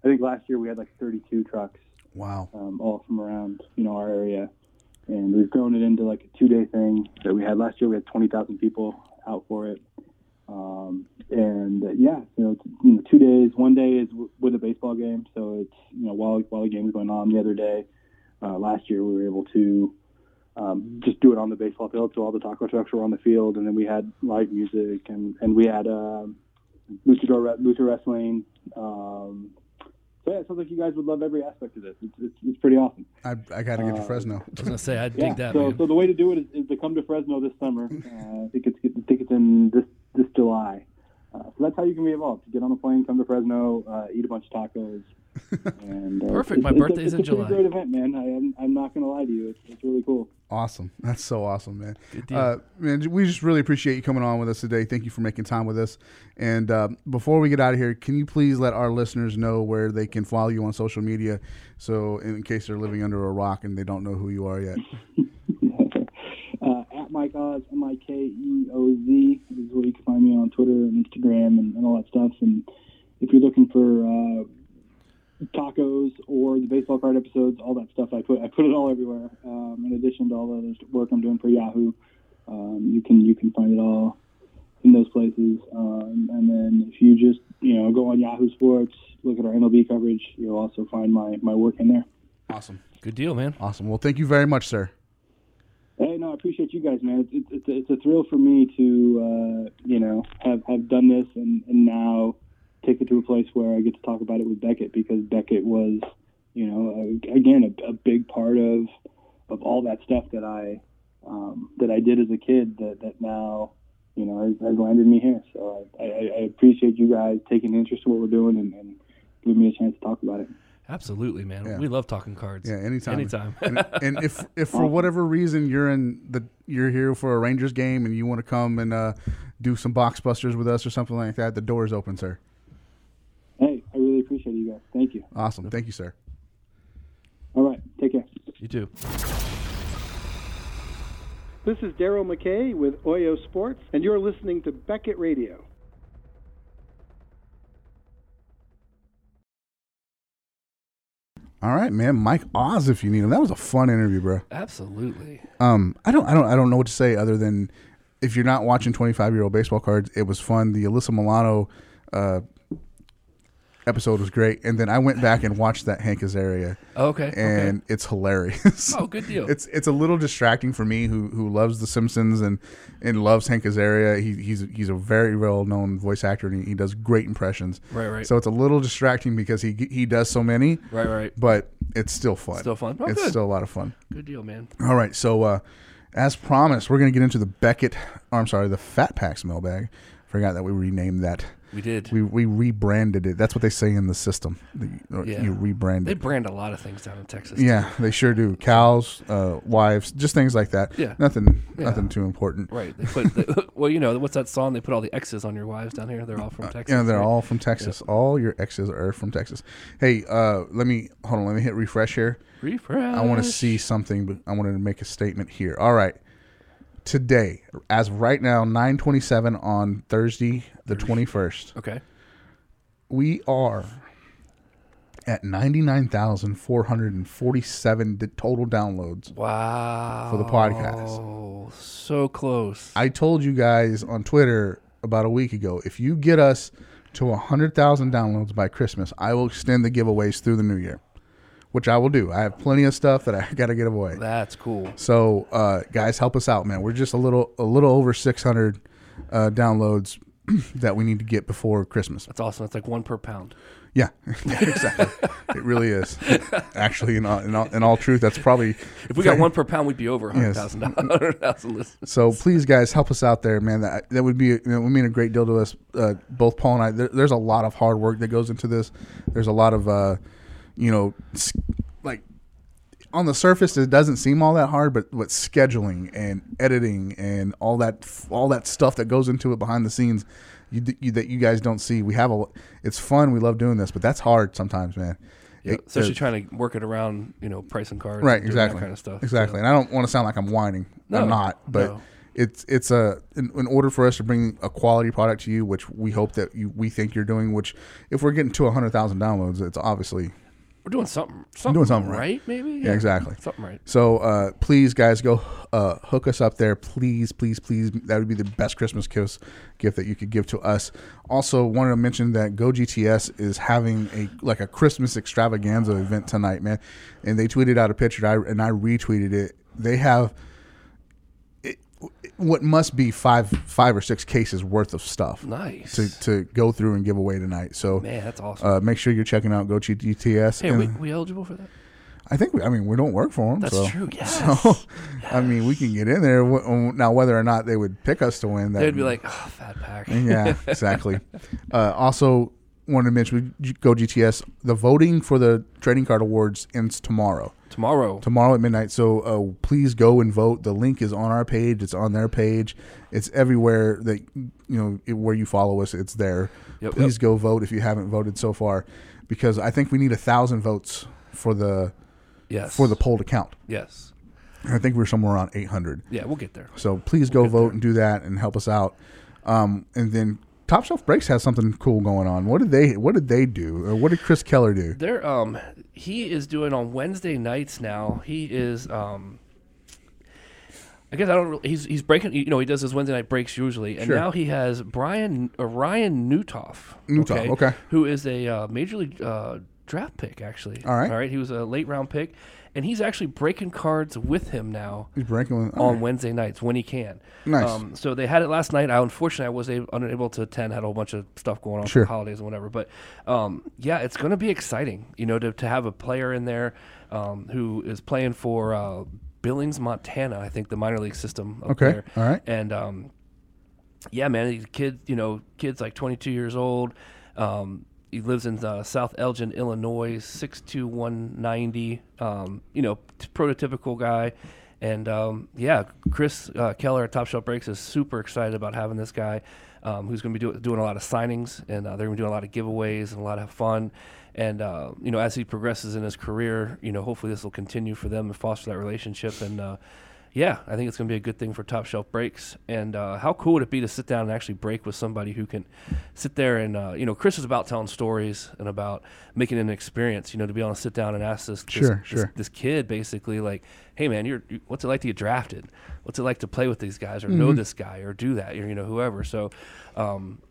I think last year we had like 32 trucks Wow. um, all from around you know our area, and we've grown it into like a two-day thing that we had last year. We had 20,000 people out for it, Um, and uh, yeah, you know, it's, you know, two days. One day is w- with a baseball game, so it's you know while while the game was going on. The other day, uh, last year, we were able to um, just do it on the baseball field. So all the taco trucks were on the field, and then we had live music, and and we had um luchador re- lucha wrestling. Um, so yeah, it sounds like you guys would love every aspect of this. It's it's, it's pretty awesome. I, I got to get to Fresno. I was gonna say [LAUGHS] I Yeah. dig that. so, man. so the way to do it is, is to come to Fresno this [LAUGHS] summer. Uh, I think it's I think it's in this this July. Uh, so that's how you can be involved. Get on a plane, come to Fresno, uh, eat a bunch of [LAUGHS] tacos. And, uh, Perfect. it's- My it's a- birthday's in it's a pretty July. Great event, man. I, am I'm not gonna lie to you. It's, it's really cool. Awesome. [LAUGHS] That's so awesome, man. Uh, man, we just really appreciate you coming on with us today. Thank you for making time with us. And uh, before we get out of here, can you please let our listeners know where they can follow you on social media? So, in case they're living under a rock and they don't know who you are yet. [LAUGHS] uh, at Mike Oz, M I K E O Z is where you can find me on Twitter and Instagram and, and all that stuff. And if you're looking for uh, tacos or the baseball card episodes, all that stuff, I put I put it all everywhere. Um, in addition to all the other work I'm doing for Yahoo, um, you can you can find it all in those places. Um, and then if you just you know go on Yahoo Sports, look at our MLB coverage, you'll also find my my work in there. Awesome. Good deal, man. Awesome. Well, thank you very much, sir. Hey, no, I appreciate you guys, man. It's it's, it's, a, it's a thrill for me to uh, you know have have done this and and now take it to a place where I get to talk about it with Beckett because Beckett was you know a, again a, a big part of of all that stuff that I um, that I did as a kid that that now you know has, has landed me here. So I, I, I appreciate you guys taking an interest in what we're doing and, and giving me a chance to talk about it. Absolutely, man. Yeah. We love talking cards. Yeah, anytime. Anytime. and, and if if for whatever reason you're in the you're here for a Rangers game and you want to come and uh, do some box busters with us or something like that, the door is open, sir. Hey, I really appreciate you guys. Thank you. Awesome. Thank you, sir. All right, take care. you too. This is Daryl McKay with Oyo Sports, and you're listening to Beckett Radio. All right, man. Mike Oz, if you need him. That was a fun interview, bro. Absolutely. Um, I don't, I don't, I don't know what to say other than if you're not watching 25 year old baseball cards, it was fun. The Alyssa Milano uh, episode was great, and then I went back and watched that Hank Azaria, Okay. and it's hilarious. okay. Oh, good deal. [LAUGHS] It's it's a little distracting for me who who loves The Simpsons and and loves Hank Azaria. He, he's he's a very well known voice actor and he, he does great impressions. Right, right. So it's a little distracting because he he does so many. Right, right. But it's still fun. Still fun. Oh, it's good. still a lot of fun. Good deal, man. All right, so uh, as promised, we're going to get into the Beckett. Or I'm sorry, the Fat Packs mailbag. Forgot that we renamed that. We did. We we rebranded it. That's what they say in the system. The- or Yeah. You rebrand they it. brand a lot of things down in Texas. Yeah, they sure do. Cows, uh, wives, just things like that. Yeah. Nothing Yeah. nothing too important. Right. They put they, [LAUGHS] well, you know, what's that song? They put all the X's on your wives down here. They're all from Texas. Uh, Yeah, they're right? all from Texas. All your exes are from Texas. Hey, uh, let me hold on. Let me hit refresh here. refresh. I Oh, want to see something, but I wanted to make a statement here. All right. Today, as of right now, 927 on Thursday, the 21st, Okay. we are at 99,447 d- total downloads. Wow. the podcast. Oh, so close. I told you guys on Twitter about a week ago if you get us to 100,000 downloads by Christmas, I will extend the giveaways through the new year, which I will do. I have plenty of stuff that I [LAUGHS] got to give away. That's cool. So, uh, guys, help us out, man. We're just a little a little over 600 uh, downloads [CLEARS THROAT] that we need to get before Christmas. That's awesome. That's like one per pound. Yeah, [LAUGHS] yeah exactly. it [LAUGHS] really is. Actually, in all, in all, in all truth, that's probably If we got one per pound, we'd be over [LAUGHS] Yes. [LAUGHS] 100,000 100,000 listeners. So please, guys, help us out there, man. That that would be that would mean a great deal to us. Uh, both Paul and I. There, there's a lot of hard work that goes into this. There's a lot of, uh, you know, s- like on the surface it doesn't seem all that hard, but but scheduling and editing and all that f- all that stuff that goes into it behind the scenes, you, d- you that you guys don't see. We have a. It's fun. We love doing this, but that's hard sometimes, man. Yeah, It- especially uh, trying to work it around, you know, pricing cards, right and doing exactly that kind of stuff. exactly and i don't want to sound like i'm whining No, i'm not but no. it's it's a in, in order for us to bring a quality product to you which we hope that you we think you're doing which if we're getting to 100000 downloads it's obviously We're doing something. something doing something right. right. Maybe. Yeah, exactly. Something right. So uh, please, guys, go uh, hook us up there. Please, please, please. That would be the best Christmas kiss gift that you could give to us. Also, wanted to mention that Go GTS is having a like a Christmas extravaganza event tonight, man. And they tweeted out a picture, I, and I retweeted it. They have what must be five five or six cases worth of stuff Nice. to, to go through and give away tonight. So Man, that's awesome. uh, make sure you're checking out Go GTS. hey, are and- we, we eligible for that? I think we, I mean we don't work for them. That's so. [LAUGHS] true, yes. So I mean we can get in there Wh- um, now. Whether or not they would pick us to win, that They'd be like, "Ah, oh, fat [LAUGHS] pack. yeah, [LAUGHS] exactly. uh, also, wanted to mention we go GTS. The voting for the trading card awards ends tomorrow. Tomorrow. Tomorrow at midnight. So uh, please go and vote. The link is on our page. It's on their page. It's everywhere that you know it, where you follow us. It's there. Yep. please go vote if you haven't voted so far, because I think we need a thousand votes for the yes. for the poll to count. Yes. I think we're somewhere around 800. Yeah, we'll get there. So please go vote and do that and help us out. Um, and then Top Shelf Breaks has something cool going on. What did they What did they do? Or what did Chris Keller do? There, um, he is doing on Wednesday nights now. He is, um, I guess I don't. Really, he's he's breaking. You know, he does his Wednesday night breaks usually, and Sure. now he has Brian uh, Ryan Newtoff. Newtoff, okay. Who is a uh, major league uh, draft pick actually? All right. all right. He was a late round pick, and he's actually breaking cards with him now. He's breaking with on Wednesday nights when he can. Nice. Um, so they had it last night. I unfortunately I was a- unable to attend. Had a whole bunch of stuff going on Sure. for holidays and whatever. But um, yeah, it's going to be exciting. You know, to, to have a player in there um, who is playing for uh, Billings, Montana. I think the minor league system. Up Okay. There. All right. And um, yeah, man, these kids. You know, kids like 22 years old. Um, he lives in uh, South Elgin, Illinois, six two one ninety. Um, you know, t- prototypical guy. And um, yeah, Chris uh, Keller at Top Shelf Breaks is super excited about having this guy, um, who's going to be do- doing a lot of signings, and uh, they're going to be doing a lot of giveaways and a lot of fun. And uh, you know, as he progresses in his career, you know, hopefully this will continue for them and foster that relationship. And uh, yeah, I think it's going to be a good thing for top shelf breaks. And uh, how cool would it be to sit down and actually break with somebody who can sit there and uh, you know, Chris is about telling stories and about making it an experience. You know, to be able to sit down and ask this this, Sure, this, sure. this kid basically like, hey man, you're you- what's it like to get drafted? What's it like to play with these guys or Mm-hmm. know this guy or do that or you know whoever? So, um,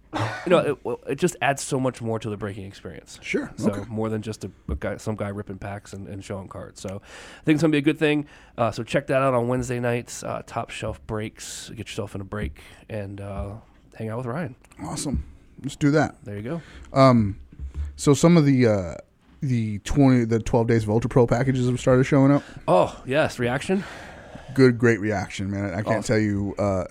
you know, it, well, it just adds so much more to the breaking experience. Sure, So okay. more than just a, a guy, some guy ripping packs and, and showing cards. So I think it's gonna be a good thing. Uh, so check that out on Wednesday nights. Uh, top shelf breaks. Get yourself in a break and uh, hang out with Ryan. Awesome. Let's do that. There you go. So some of the uh, the twenty the twelve days of Ultra Pro packages have started showing up. Oh yes, reaction. Good, great reaction, man. I can't tell you. Uh,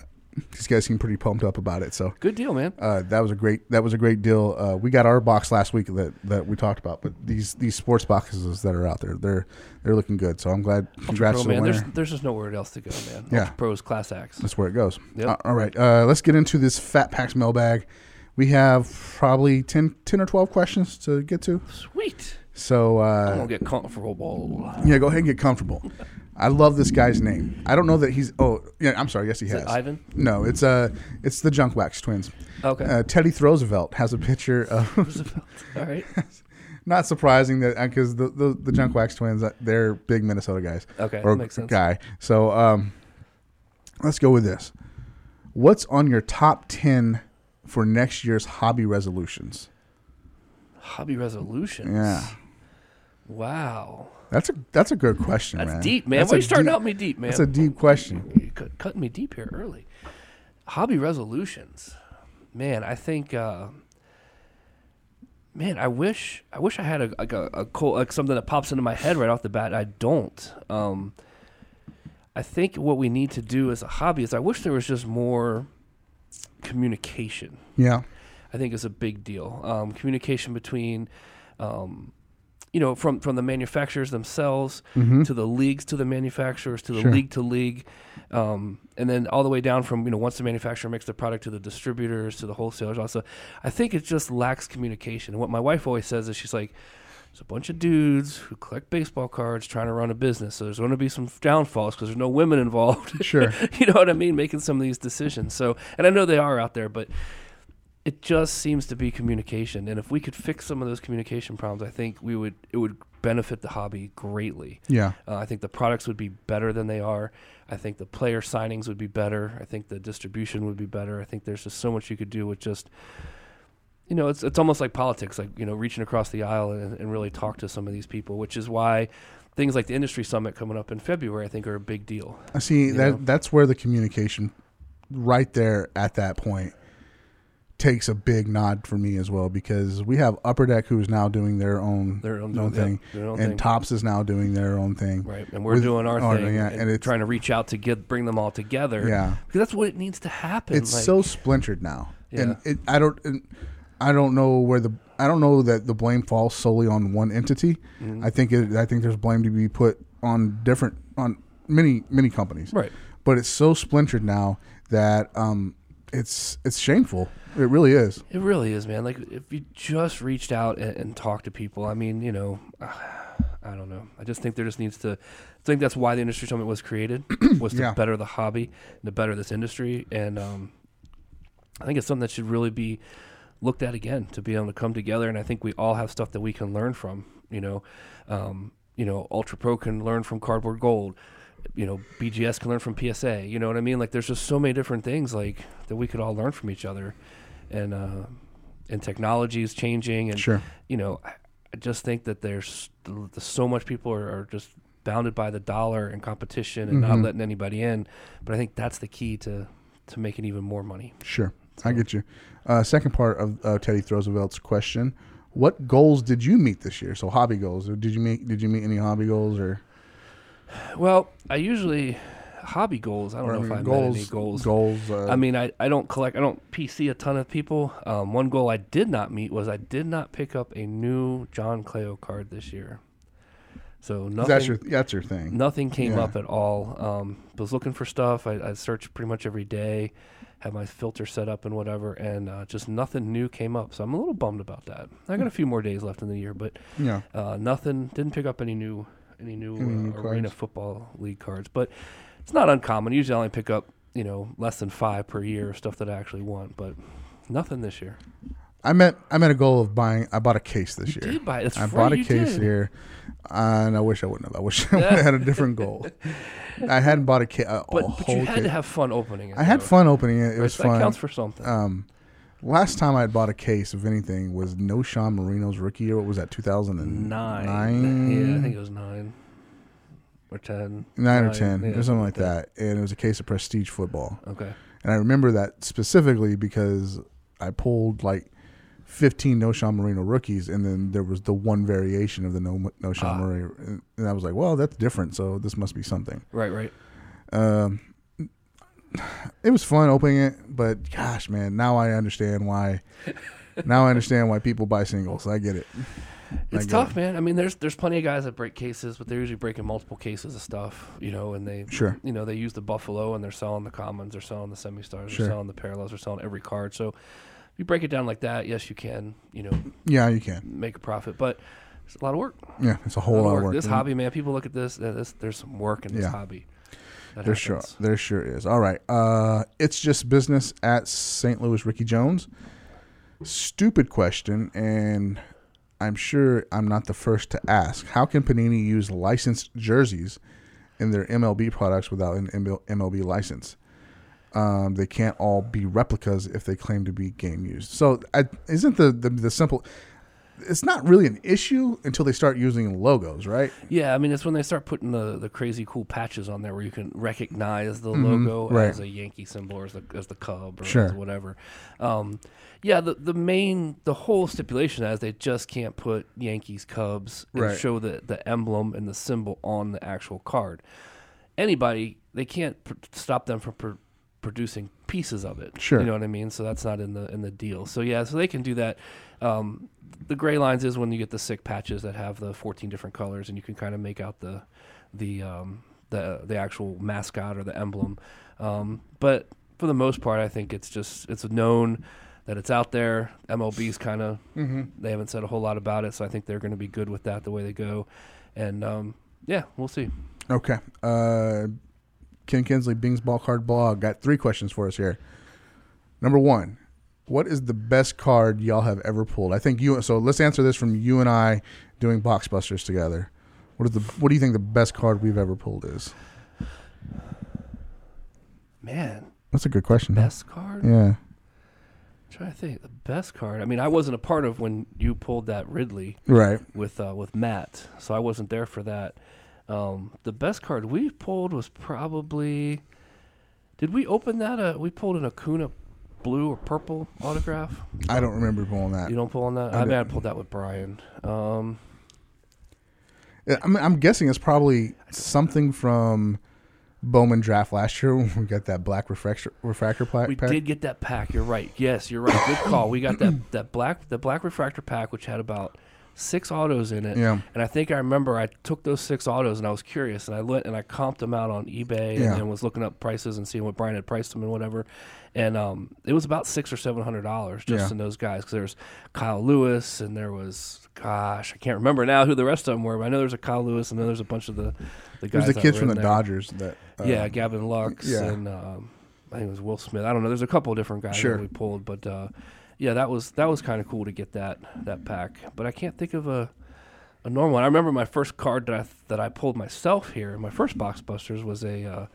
these guys seem pretty pumped up about it. So Good deal, man. uh, that was a great that was a great deal. Uh, we got our box last week that, that we talked about, but these these sports boxes that are out there, they're they're looking good. So I'm glad. Congrats Pro, to the man, winner. there's there's just nowhere else to go, man. Yeah. Ultra pros class acts. That's where it goes. Yep. Uh, all right, uh, let's get into this Fat Packs mailbag. We have probably 10, 10 or twelve questions to get to. Sweet. So I'm uh, gonna get comfortable. yeah, go ahead and get comfortable. I love this guy's name. I don't know that he's. Oh, yeah. I'm sorry. Yes, he it has. Ivan? No, it's uh, it's the Junk Wax twins. Okay. Uh, Teddy Roosevelt has a picture of [LAUGHS] All right. not surprising that because the, the the junk wax twins uh, they're big Minnesota guys. Okay, or makes sense. guy. So um, let's go with this. What's on your top ten for next year's hobby resolutions? Hobby resolutions. Yeah, Wow. that's a that's a good question. That's man. deep, man. That's Why a you starting deep- out me deep, man? That's a deep question. you cut, cutting me deep here early. Hobby resolutions, man. I think, uh, man, I wish, I wish I had a like a, a cool, like something that pops into my head right off the bat. I don't. Um, I think what we need to do as a hobby is, I wish there was just more communication. Yeah, I think is a big deal. Um, communication between, um, you know, from from the manufacturers themselves to the leagues to the manufacturers to the league to league, um, and then all the way down from you know once the manufacturer makes their product to the distributors to the wholesalers. Also, I think it just lacks communication. And what my wife always says is she's like. There's a bunch of dudes who collect baseball cards trying to run a business. So there's going to be some downfalls because there's no women [LAUGHS] involved. Sure. you know what I mean? Making some of these decisions. So, and I know they are out there, but it just seems to be communication and if we could fix some of those communication problems i think we would it would benefit the hobby greatly. Yeah. Uh, I think the products would be better than they are. I think the player signings would be better. I think the distribution would be better. I think there's just so much you could do with just, you know, it's it's almost like politics, like you know, reaching across the aisle and, and really talk to some of these people, which is why things like the industry summit coming up in February, I think, are a big deal. I see that know? that's where the communication right there at that point takes a big nod for me as well because we have Upper Deck who's now doing their own Their own- yeah, thing their own and thing. Tops is now doing their own thing Right, and we're With- doing our oh, thing, yeah and, and, it's trying to reach out to get bring them all together. Yeah. because that's what it needs to happen. it's like- so splintered now and Yeah. it, I don't and I don't know where the I don't know that the blame falls solely on one entity Mm-hmm. I think it, I think there's blame to be put on different on many many companies right. but it's so splintered now that um, it's it's shameful. It really is. It really is, man. Like if you just reached out and, and talked to people, I mean, you know, [SIGHS] I don't know. I just think there just needs to. I think that's why the industry summit was created [CLEARS THROAT] was to Yeah. better the hobby, and to better this industry, and um, I think it's something that should really be looked at again to be able to come together. And I think we all have stuff that we can learn from. You know, um, you know, Ultra Pro can learn from Cardboard Gold. You know, BGS can learn from PSA. You know what I mean? Like, there's just so many different things like that we could all learn from each other, and uh, and technology is changing. And Sure. you know, I, I just think that there's there's so much people are, are just bounded by the dollar and competition and not letting anybody in. But I think that's the key to to making even more money. Sure, I get you. Uh, second part of uh, Teddy Roosevelt's question: What goals did you meet this year? So hobby goals. Did you meet Did you meet any hobby goals or Well, I usually hobby goals. I don't know if I goals? met any goals. Goals. Uh, I mean, I, I don't collect. I don't PC a ton of people. Um, one goal I did not meet was I did not pick up a new John Cleo card this year. So nothing. that's your that's your thing. nothing came Yeah. up at all. Um, was looking for stuff. I, I searched pretty much every day, had my filter set up and whatever, and uh, just nothing new came up. So I'm a little bummed about that. I got a few more days left in the year, but Yeah. uh, nothing. Didn't pick up any new any new, new uh, arena cards? football league cards, but it's not uncommon. Usually, I only pick up you know less than five per year of stuff that I actually want, but nothing this year. I met I met a goal of buying. I bought a case this year. did buy- that's I right, bought a you case did. here, and I wish I wouldn't have. I wish [LAUGHS] I would have had a different goal. I hadn't bought a, ca- a, a But, but whole you had case. to have fun opening it. I had though. fun opening it. It was So fun. That counts for something. Um, last time I had bought a case of anything was No Sean Marino's rookie year. What was that? Two thousand and nine. Yeah, I think it was nine or ten. Nine or ten, yeah, or something like that, and it was a case of prestige football. Okay. And I remember that specifically because I pulled like fifteen No Sean Marino rookies, and then there was the one variation of the No No Ah. Sean Marino, and- and I was like, "Well, that's different. So this must be something." Right. Right. it was fun opening it, but gosh, man, now I understand [LAUGHS] why. now I understand why people buy singles. I get it. It's get tough, man. I mean, there's there's plenty of guys that break cases, but they're usually breaking multiple cases of stuff, you know. And they Sure. you know, they use the Buffalo, and they're selling the commons, they're selling the semi stars, Sure. they're selling the parallels, they're selling every card. So if you break it down like that, yes, you can, you know, Yeah, you can. make a profit, but it's a lot of work. A Yeah, it's a whole lot lot of of work. This hobby, man. People look at this. uh, this there's some work in this Yeah. hobby. That There sure, happens. there sure is. All right, uh, it's just business at St. Louis. Ricky Jones. Stupid question, and I'm sure I'm not the first to ask. How can Panini use licensed jerseys in their MLB products without an ML- MLB license? Um, they can't all be replicas if they claim to be game used. So, I, isn't the, the the simple? It's not really an issue until they start using logos, right? Yeah, I mean it's when they start putting the, the crazy cool patches on there where you can recognize the logo Mm-hmm. right. as a Yankee symbol or as the, as the Cub or Sure. as whatever. Um, yeah, the the main the whole stipulation is they just can't put Yankees Cubs and Right. show the the emblem and the symbol on the actual card. Anybody they can't pr- stop them from. Pr- producing pieces of it Sure. you know what i mean so that's not in the in the deal so yeah so they can do that um the gray lines is when you get the sick patches that have the 14 different colors and you can kind of make out the the um the the actual mascot or the emblem um but for the most part i think it's just it's known that it's out there mlb's kind of they haven't said a whole lot about it so i think they're going to be good with that the way they go and um yeah we'll see Okay. Uh, Ken Kinsley, Bing's Ball Card Blog, got three questions for us here. Number one, What is the best card y'all have ever pulled? I think you. So let's answer this from you and I doing box busters together. What is the? What do you think the best card we've ever pulled is? Man, That's a good question. best card? Yeah. trying to think. The best card. I mean, I wasn't a part of when you pulled that Ridley Right. with uh, with Matt, so I wasn't there for that. Um, the best card we pulled was probably. Did we open that? Uh, we pulled an Acuna blue or purple autograph. I don't remember pulling that. You don't pull on that. I, mean, I pulled that with Brian. Um, Yeah, I'm, I'm guessing it's probably something from Bowman draft last year [LAUGHS] when we got that black refractor refractor pla- we pack. did get that pack. You're right. Yes, you're right. Good call. We [COUGHS] got that that black the black refractor pack, which had about six autos in it. Yeah. And I think I remember I took those six autos and I was curious and I went and I comped them out on eBay Yeah. and, and was looking up prices and seeing what Brian had priced them and whatever. And um, it was about six or seven hundred dollars just Yeah. in those guys because there's Kyle Lewis and there was gosh I can't remember now who the rest of them were, but I know there's a Kyle Lewis and then there's a bunch of the the guys. There's the that kids were from the in there. Dodgers that. uh, Yeah, Gavin Lux yeah. and um, I think it was Will Smith. I don't know. There's a couple of different guys Sure. that we pulled, but uh, yeah, that was that was kind of cool to get that that pack. But I can't think of a a normal one. I remember my first card that I that I pulled myself here. My first box busters was a uh,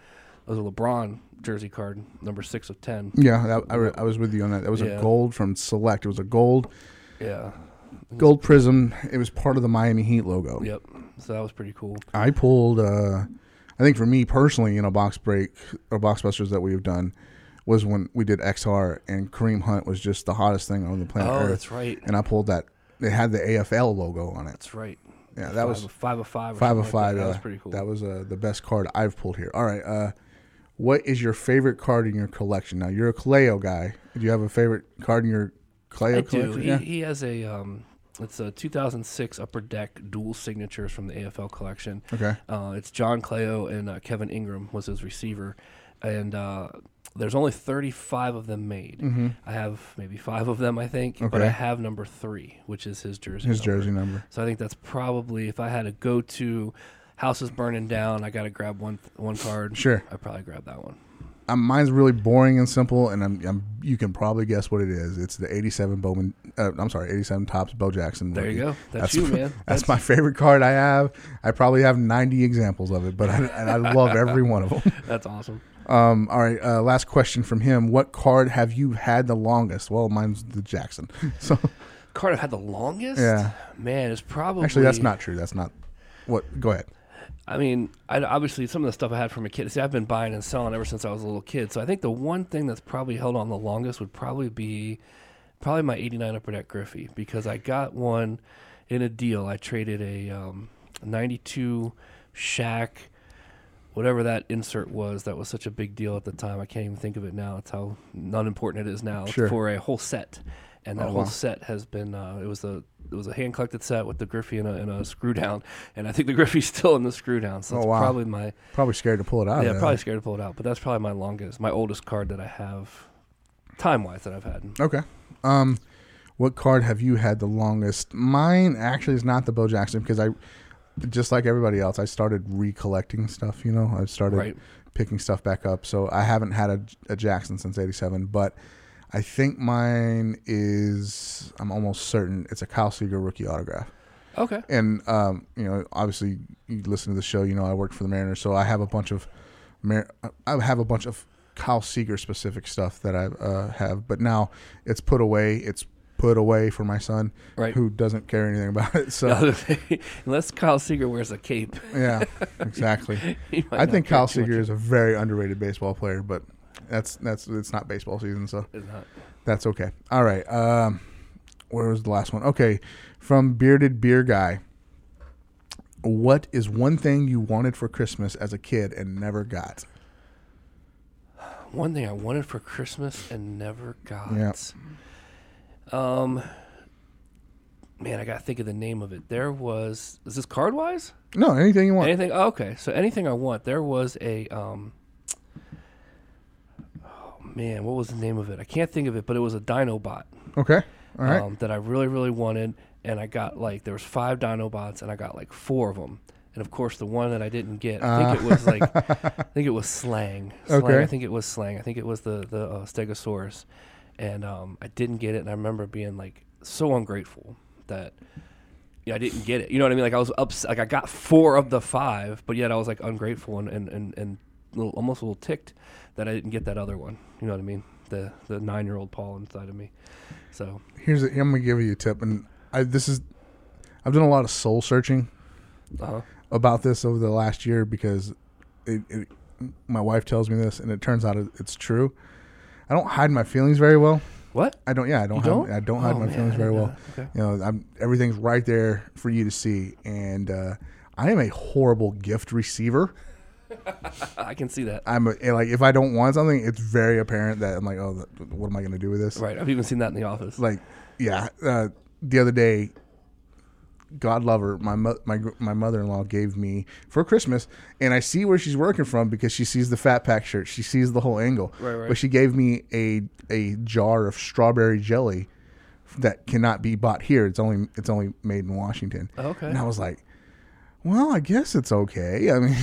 was a LeBron jersey card, number six of ten. Yeah, that, I, re- I was with you on that. That was Yeah. a gold from Select. It was a gold Yeah. gold prism. It was part of the Miami Heat logo. Yep. So that was pretty cool. I pulled. Uh, I think for me personally, you know, box break or box busters that we've done was when we did XR and Kareem Hunt was just the hottest thing on the planet Oh, Earth. that's right. And I pulled that. It had the AFL logo on it. That's right. Yeah, that Five was of- five of five. Or Five of something like five. That, yeah. that was pretty cool. That was uh, the best card I've pulled here. All right. Uh, what is your favorite card in your collection? Now you're a Kaleo guy. Do you have a favorite card in your Kaleo I do. collection? He, yeah. he has a um, it's a 2006 Upper Deck dual signatures from the AFL collection. Okay. Uh, it's John Cleo and uh, Kevin Ingram was his receiver, and uh, there's only 35 of them made. I have maybe five of them, I think, but Mm-hmm. Okay. I have number three, which is his jersey. His number. jersey number. So I think that's probably if I had a go to. House is burning down. I gotta grab one one card. Sure. I probably grab that one. Um, mine's really boring and simple, and I'm, I'm you can probably guess what it is. It's the '87 Bowman. Uh, I'm sorry, '87 Tops Bo Jackson. There you rookie. go. That's you, man. [LAUGHS] That's, my favorite card I have. I probably have 90 examples of it, but I, and I love every one of them. [LAUGHS] That's awesome. Um, all right, uh, last question from him. What card have you had the longest? Well, mine's the Jackson. [LAUGHS] So Card I've had the longest. Yeah. Man, it's probably actually, that's not true. That's not what. Go ahead. I mean, I, obviously, some of the stuff I had from a kid. See, I've been buying and selling ever since I was a little kid. So I think the one thing that's probably held on the longest would probably be probably my '89 Upper Deck Griffey because I got one in a deal. I traded a um, '92 Shaq, whatever that insert was. That was such a big deal at the time. I can't even think of it now. It's how non important it is now Sure. for a whole set. And that Oh, whole wow. set has been uh, it was a it was a hand collected set with the Griffey and a, and a screw down, and I think the Griffey's [LAUGHS] still in the screw down. So Oh, it's wow. probably my Probably scared to pull it out. yeah, of probably scared to pull it out, but that's probably my longest, my oldest card that I have, time wise that I've had. there. Okay. Um, what card have you had the longest? Mine actually is not the Bo Jackson because I, just like everybody else, I started recollecting stuff. You know, I started Right. picking stuff back up. So I haven't had a, a Jackson since '87, but I think mine is. I'm almost certain it's a Kyle Seager rookie autograph. Okay, and um, you know, obviously, you listen to the show. You know, I work for the Mariners, so I have a bunch of, Mar- I have a bunch of Kyle Seager specific stuff that I uh, have. But now it's put away. It's put away for my son, Right. who doesn't care anything about it. So [LAUGHS] unless Kyle Seager wears a cape, [LAUGHS] yeah, exactly. he might I not think care Kyle too much. Seager is a very underrated baseball player, but that's that's it's not baseball season, so It's not. that's okay. All right. Um, where was the last one? Okay, from bearded beer guy. What is one thing you wanted for Christmas as a kid and never got? One thing I wanted for Christmas and never got. Yeah. Um, man, I gotta think of the name of it. There was is this card wise? No, anything you want. Anything? oh, okay, so anything I want. There was a um. Oh man, what was the name of it? I can't think of it, but it was a Dinobot Okay. All right. um, that I really, really wanted, and I got like there was five Dinobots, and I got like four of them. And of course, the one that I didn't get, I think it was like, [LAUGHS] I think it was Slang. Slang. Uh. [LAUGHS] Okay. I think it was Slang. I think it was the the uh, Stegosaurus, and um, I didn't get it. And I remember being like so ungrateful that you know, I didn't get it. You know what I mean? Like I was upset. Like I got four of the five, but yet I was like ungrateful and and and, and little, almost a little ticked that I didn't get that other one. You know what I mean? The the nine year old Paul inside of me. So Here's a, I'm gonna give you a tip, and I, this is I've done a lot of soul searching uh about this over the last year because it, it, my wife tells me this, and it turns out it, it's true. I don't hide my feelings very well. what? I don't. Yeah, I don't. You hide, don't? I don't hide Oh, my man, I feelings very didn't know well. You know, I'm everything's right there for you to see, and uh, I am a horrible gift receiver. I can see that. I'm a, and, like, if I don't want something, it's very apparent that I'm like, oh, th- what am I going to do with this? Right. I've even seen that in the office. like yeah uh, the other day god love her my mo- my gr- my mother-in-law gave me for christmas and i see where she's working from because she sees the fat pack shirt she sees the whole angle Right, right. but she gave me a a jar of strawberry jelly that cannot be bought here it's only it's only made in washington Oh, Okay. and i was like well i guess it's okay i mean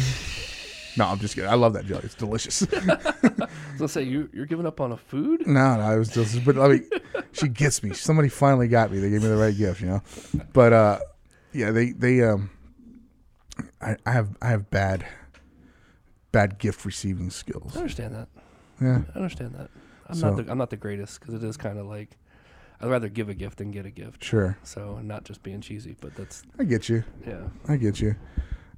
[LAUGHS] no i'm just kidding i love that jelly it's delicious [LAUGHS] I was gonna say you you're giving up on a food. No, no, it was just, but I [LAUGHS] mean, she gets me. Somebody finally got me. They gave me the right gift, you know. But uh, yeah, they they um, I, I have I have bad, bad gift receiving skills. I understand that. Yeah, I understand that. I'm So- not the I'm not the greatest because it is kind of like I'd rather give a gift than get a gift. sure, So not just being cheesy, but that's I get you. yeah. I get you.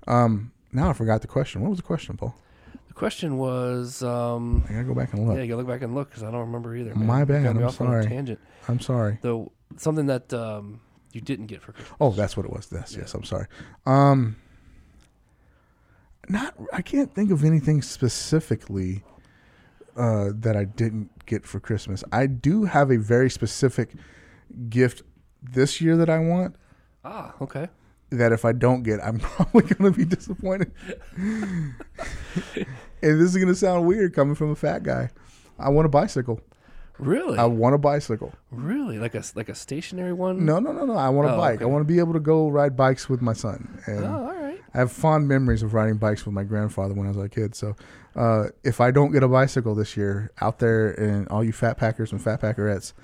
Um, now I forgot the question. What was the question, Paul? The question was, um, I gotta go back and yeah, look. you gotta look back and look because I don't remember either. man. My You got bad, me I'm off on a sorry. tangent. I'm sorry. Though something that um, you didn't get for Christmas. Oh, that's what it was. That's yes. I'm sorry. Um, not I can't think of anything specifically uh, that I didn't get for Christmas. I do have a very specific gift this year that I want. Ah, okay. That if I don't get, I'm [LAUGHS] probably going to be [LAUGHS] disappointed. and this is going to sound weird coming from a fat guy. I want a bicycle. Really, I want a bicycle. really, like a s- like a stationary one. No, no, no, no. I want a Hmm. Oh, bike. okay. I want to be able to go ride bikes with my son. And Oh, all right. I have fond memories of riding bikes with my grandfather when I was a kid. So, uh, if I don't get a bicycle this year, out there and all you fat packers and fat packerettes,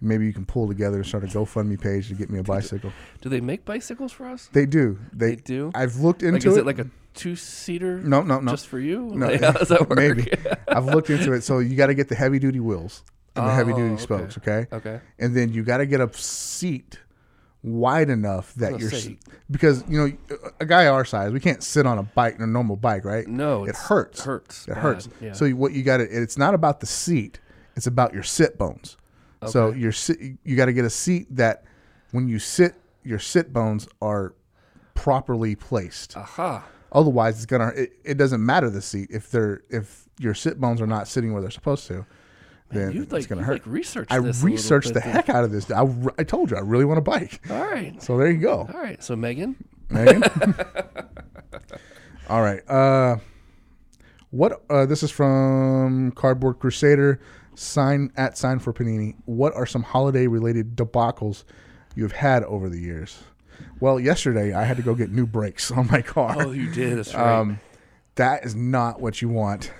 maybe you can pull together and start a GoFundMe page to get me a bicycle. Do they make bicycles for us? They do. They, They do? I've looked into Like, is it. it, like a two seater? no, no, no. Just for you? [LAUGHS] no, Like, how does that work? Maybe I've looked into it. So you got to get the heavy duty wheels and the heavy Oh, duty okay. spokes, okay? Okay. and then you got to get a seat wide enough that gonna you're say- because you know a guy our size we can't sit on a bike a normal bike right [LAUGHS] No, it it's- hurts it hurts it bad, hurts yeah. so what you got to it's not about the seat it's about your sit bones so your sit you got to get a seat that when you sit your sit bones are properly placed Aha. otherwise it's gonna it, it doesn't matter the seat if they're if your sit bones are not sitting where they're supposed to then you it's like, gonna you, hurt like researched I this a little researched the bit, heck out of this. I, re- I told you I really want a bike. [LAUGHS] then. All right. So there you go. All right. So Megan, Megan. [LAUGHS] [LAUGHS] All right. Uh, what? Uh, this is from Cardboard Crusader. Sign at sign for Panini. What are some holiday related debacles you have had over the years? Well, yesterday I had to go get new brakes on my car. Oh, you did. That's right. that is not what you want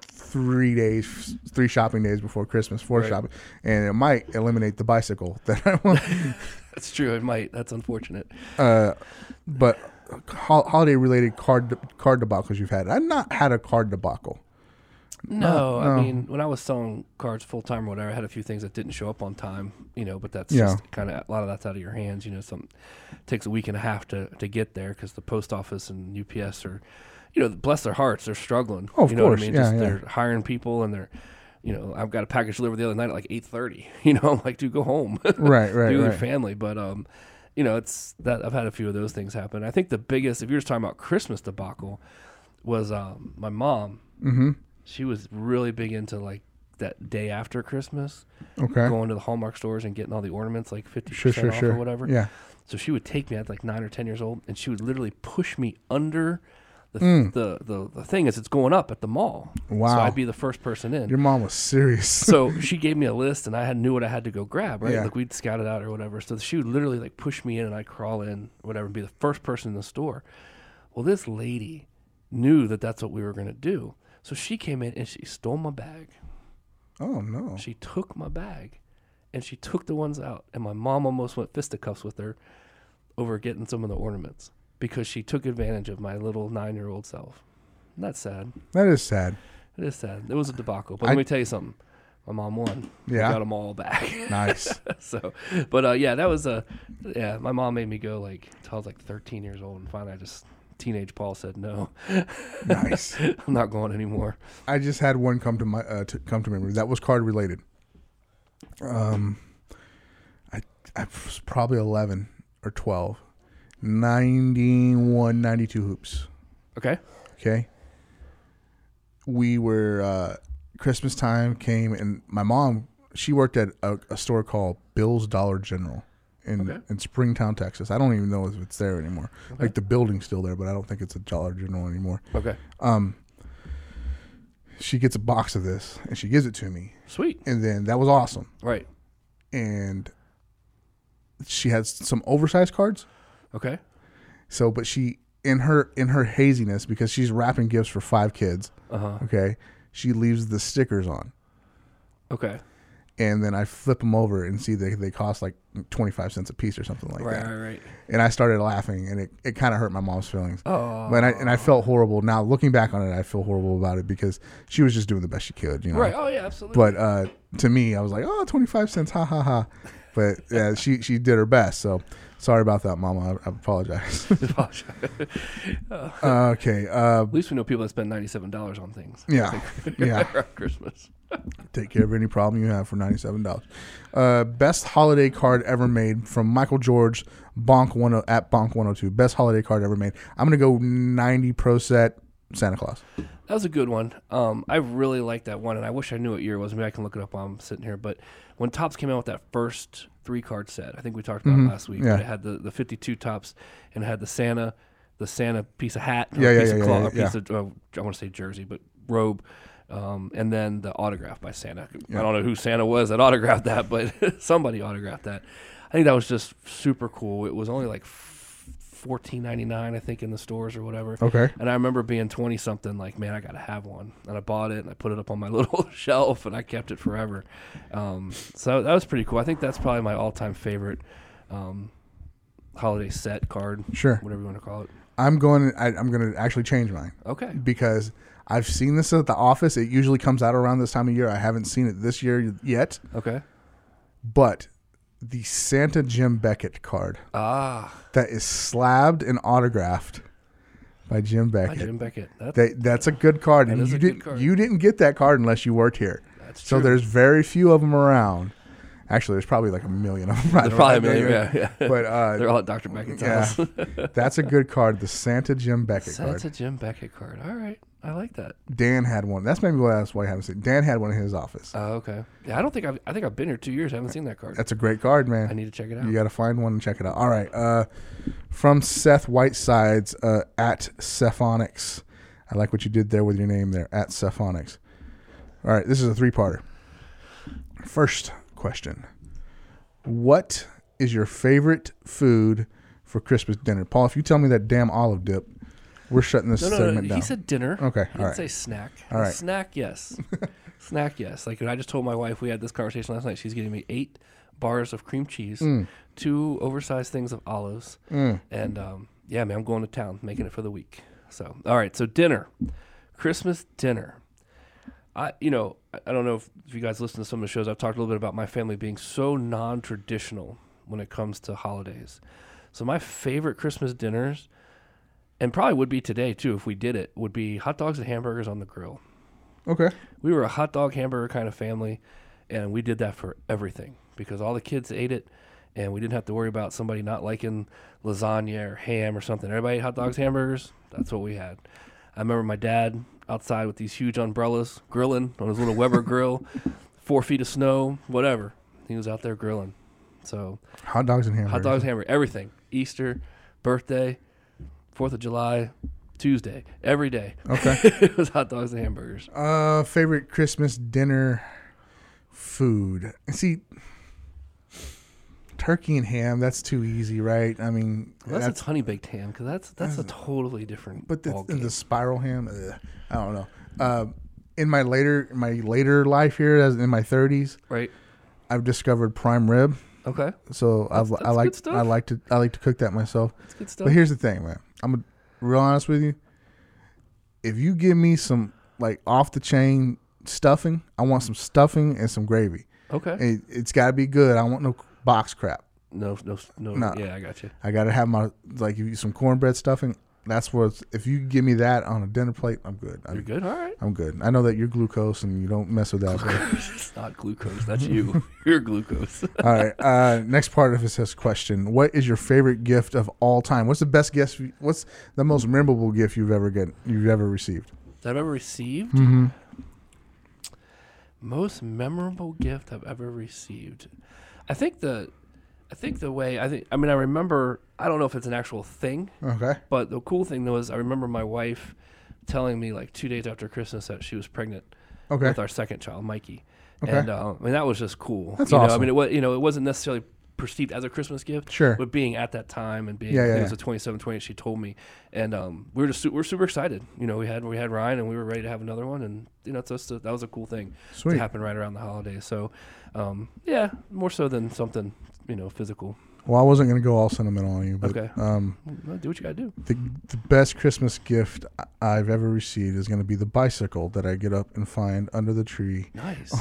three days three shopping days before christmas for shopping and it might eliminate the bicycle [LAUGHS] that i want That's true. It might. That's unfortunate. but holiday related card card debacles you've had i've not had a card debacle No, I mean, when I was selling cards full time or whatever, I had a few things that didn't show up on time, you know, but that's Yeah. just kind of a lot of that's out of your hands. You know, some takes a week and a half to, to get there because the post office and UPS are, you know, bless their hearts, they're struggling. Oh, of you know course. what I mean? Yeah, just yeah. they're hiring people and they're, you know, I've got a package delivered the other night at like eight thirty. [LAUGHS] You know, I'm like, dude, go home. [LAUGHS] Right, right, Be with your right. family. But um, you know, it's that I've had a few of those things happen. I think the biggest, if you're just talking about Christmas debacle, was um my mom. Mm-hmm. She was really big into like that day after Christmas, okay going to the Hallmark stores and getting all the ornaments like fifty sure percent sure off sure or whatever. yeah So she would take me at like nine or ten years old, and she would literally push me under. The, the, the the thing is, it's going up at the mall. So Hmm. Wow. I'd be the first person in your mom was serious so she gave me a list and I had knew what I had to go grab, right? Yeah. Like we'd scout it out or whatever. So she would literally like push me in and I'd crawl in, whatever, and be the first person in the store. Well, this lady knew that that's what we were going to do. So she came in and she stole my bag. Oh no. She took my bag and she took the ones out. And my mom almost went fisticuffs with her over getting some of the ornaments because she took advantage of my little nine year old self. And that's sad. That is sad. It is sad. It was a debacle. But I- let me tell you something. My mom won. We Yeah. got them all back. [LAUGHS] Nice. so, but uh, yeah, that was a yeah. My mom made me go like till I was like 13 years old, and finally I just teenage Paul said no. [LAUGHS] Nice. I'm not going anymore. I just had one come to my uh, to come to memory. That was card related. Um, I I was probably eleven or 12. 91, 92 hoops. Okay. Okay. We were uh, Christmas time came and my mom she worked at a, a store called Bill's Dollar General in in Springtown, Texas. I don't even know if it's there anymore. Like the building's still there, but I don't think it's a Dollar General anymore. Um, Okay. She gets a box of this and she gives it to me, Sweet. and then that was awesome. Right. And she has some oversized cards. Okay. So, but she in her in her haziness because she's wrapping gifts for five kids. Uh-huh. Okay, she leaves the stickers on, Okay. and then I flip them over and see they they cost like twenty five cents a piece or something like Right. that. Right. Right. And I started laughing, and it, it kind of hurt my mom's feelings. Oh, and I and I felt horrible. Now looking back on it, I feel horrible about it because she was just doing the best she could, you know. Right. Oh yeah. Absolutely. [LAUGHS] But uh, to me, I was like, oh, 25 cents, ha ha ha. [LAUGHS] But yeah, she she did her best. So sorry about that, Mama. I, I [LAUGHS] apologize. [LAUGHS] Oh, At okay. Uh, least we know people that spend ninety-seven dollars on things yeah. Yeah. [LAUGHS] around Christmas. Take care of any problem you have for $97. Uh, best holiday card ever made from Michael George, Bonk one oh, at Bonk 102. Best holiday card ever made. I'm going to go 90 Pro Set Santa Claus. That was a good one. Um, I really liked that one, and I wish I knew what year it was. Maybe I can look it up while I'm sitting here. But when Tops came out with that first three card set, I think we talked about it last week. Mm-hmm. Yeah. But it had the, the 52 tops, and it had the Santa, the Santa piece of hat, or Yeah, yeah, piece yeah, of yeah, cloth, yeah, or piece yeah. of uh, I want to say jersey, but robe, um, and then the autograph by Santa. I don't know who Santa was that [LAUGHS] autographed that, but [LAUGHS] somebody autographed that. I think that was just super cool. It was only like. Fourteen ninety nine, I think, in the stores or whatever. Okay. And I remember being 20 something, like, man, I got to have one. And I bought it and I put it up on my [LAUGHS] little shelf and I kept it forever. Um, so that was pretty cool. I think that's probably my all time favorite um, holiday set card. Sure. Whatever you want to call it. I'm going, I, I'm going to actually change mine. Okay. because I've seen this at the office. It usually comes out around this time of year. I haven't seen it this year yet, Okay. but the Santa Jim Beckett card [LAUGHS] Ah, that is slabbed and autographed by Jim Beckett. Jim Beckett. That's, That, that's a good card, and is you a good didn't card. you didn't get that card unless you worked here. That's so true. there's very few of them around. Actually, there's probably like a million of them. There's probably a million, yeah, yeah. But uh, [LAUGHS] they're all at Dr. [LAUGHS] Beckett's yeah, house. [LAUGHS] that's a good card. The Santa Jim Beckett card. That's a Jim Beckett card. All right. I like that. Dan had one. That's maybe why that's why I haven't seen. Dan had one in his office. Oh, okay. Yeah, I don't think I've, I think I've been here two years. I haven't seen that card. That's a great card, man. I need to check it out. You got to find one and check it out. All right. Uh, from Seth Whitesides uh, at Cephonics. I like what you did there with your name there at Cephonics. All right. This is a three parter. First question What is your favorite food for Christmas dinner? Paul, if you tell me that damn olive dip, we're shutting this No, no, no. segment down. He said dinner. Okay, He didn't all right. say snack. All right. Snack, [LAUGHS] yes. snack, yes. Like I just told my wife, we had this conversation last night. She's getting me eight bars of cream cheese, Mm. two oversized things of olives, and um, yeah, man, I'm going to town, making it for the week. So, all right. So dinner, Christmas dinner. I, you know, I- I don't know if, if you guys listen to some of the shows. I've talked a little bit about my family being so non-traditional when it comes to holidays. So my favorite Christmas dinners, and probably would be today too if we did it, would be hot dogs and hamburgers on the grill. okay. We were a hot dog hamburger kind of family, and we did that for everything because all the kids ate it, and we didn't have to worry about somebody not liking lasagna or ham or something. Everybody ate hot dogs, hamburgers. That's what we had. I remember my dad outside with these huge umbrellas, grilling on his little Weber [LAUGHS] grill, four feet of snow, whatever. He was out there grilling. So Hot dogs and hamburgers. hot dogs, hamburger, everything. Easter, birthday, Fourth of July, Tuesday, every day. Oh. Okay, [LAUGHS] it was hot dogs and hamburgers. Uh, favorite Christmas dinner food. See, turkey and ham. That's too easy, right? I mean, Unless that's, it's honey baked ham, because that's that's a totally different. but the, ballgame. the spiral ham. Ugh, I don't know. Uh, in my later my later life here, as in my 30s, Right. I've discovered prime rib. Okay. So I've, I good like stuff. I like to I like to cook that myself. That's good stuff. But here's the thing, man. I'm gonna be real honest with you. If you give me some like off the chain stuffing, I want some stuffing and some gravy. okay. It, it's got to be good. I don't want no box crap. no, no, no, No. Yeah, I got you. I got to have my like you some cornbread stuffing. That's what if you give me that on a dinner plate, I'm good. I'm You're good. All right. I'm good. I know that you're glucose and you don't mess with that. [LAUGHS] but- It's not glucose. That's [LAUGHS] you. [LAUGHS] You're glucose. all right. Uh, next part of his his question: What is your favorite gift of all time? What's the best gift? What's the most memorable gift you've ever get you've ever received? that I've ever received? Mm-hmm. Most memorable gift I've ever received. I think the I think the way I think I mean I remember I don't know if it's an actual thing, Okay. but the cool thing though is I remember my wife telling me like 2 days after Christmas that she was pregnant Okay. with our second child, Mikey. Okay. And uh, I mean that was just cool. That's you Know? I awesome. mean it was you know it wasn't necessarily perceived as a Christmas gift, Sure. But being at that time and being Yeah, I think yeah, it was yeah. a 27, 28, she told me, and um, we were just su- we are super excited. You know we had we had Ryan and we were ready to have another one, and you know it's just a, that was a cool thing Sweet. to happen right around the holidays. So um, yeah, more so than something you know physical. Well, I wasn't gonna go all sentimental on you, but Okay. um, Well, do what you gotta do. the the best Christmas gift I- I've ever received is gonna be the bicycle that I get up and find under the tree Nice,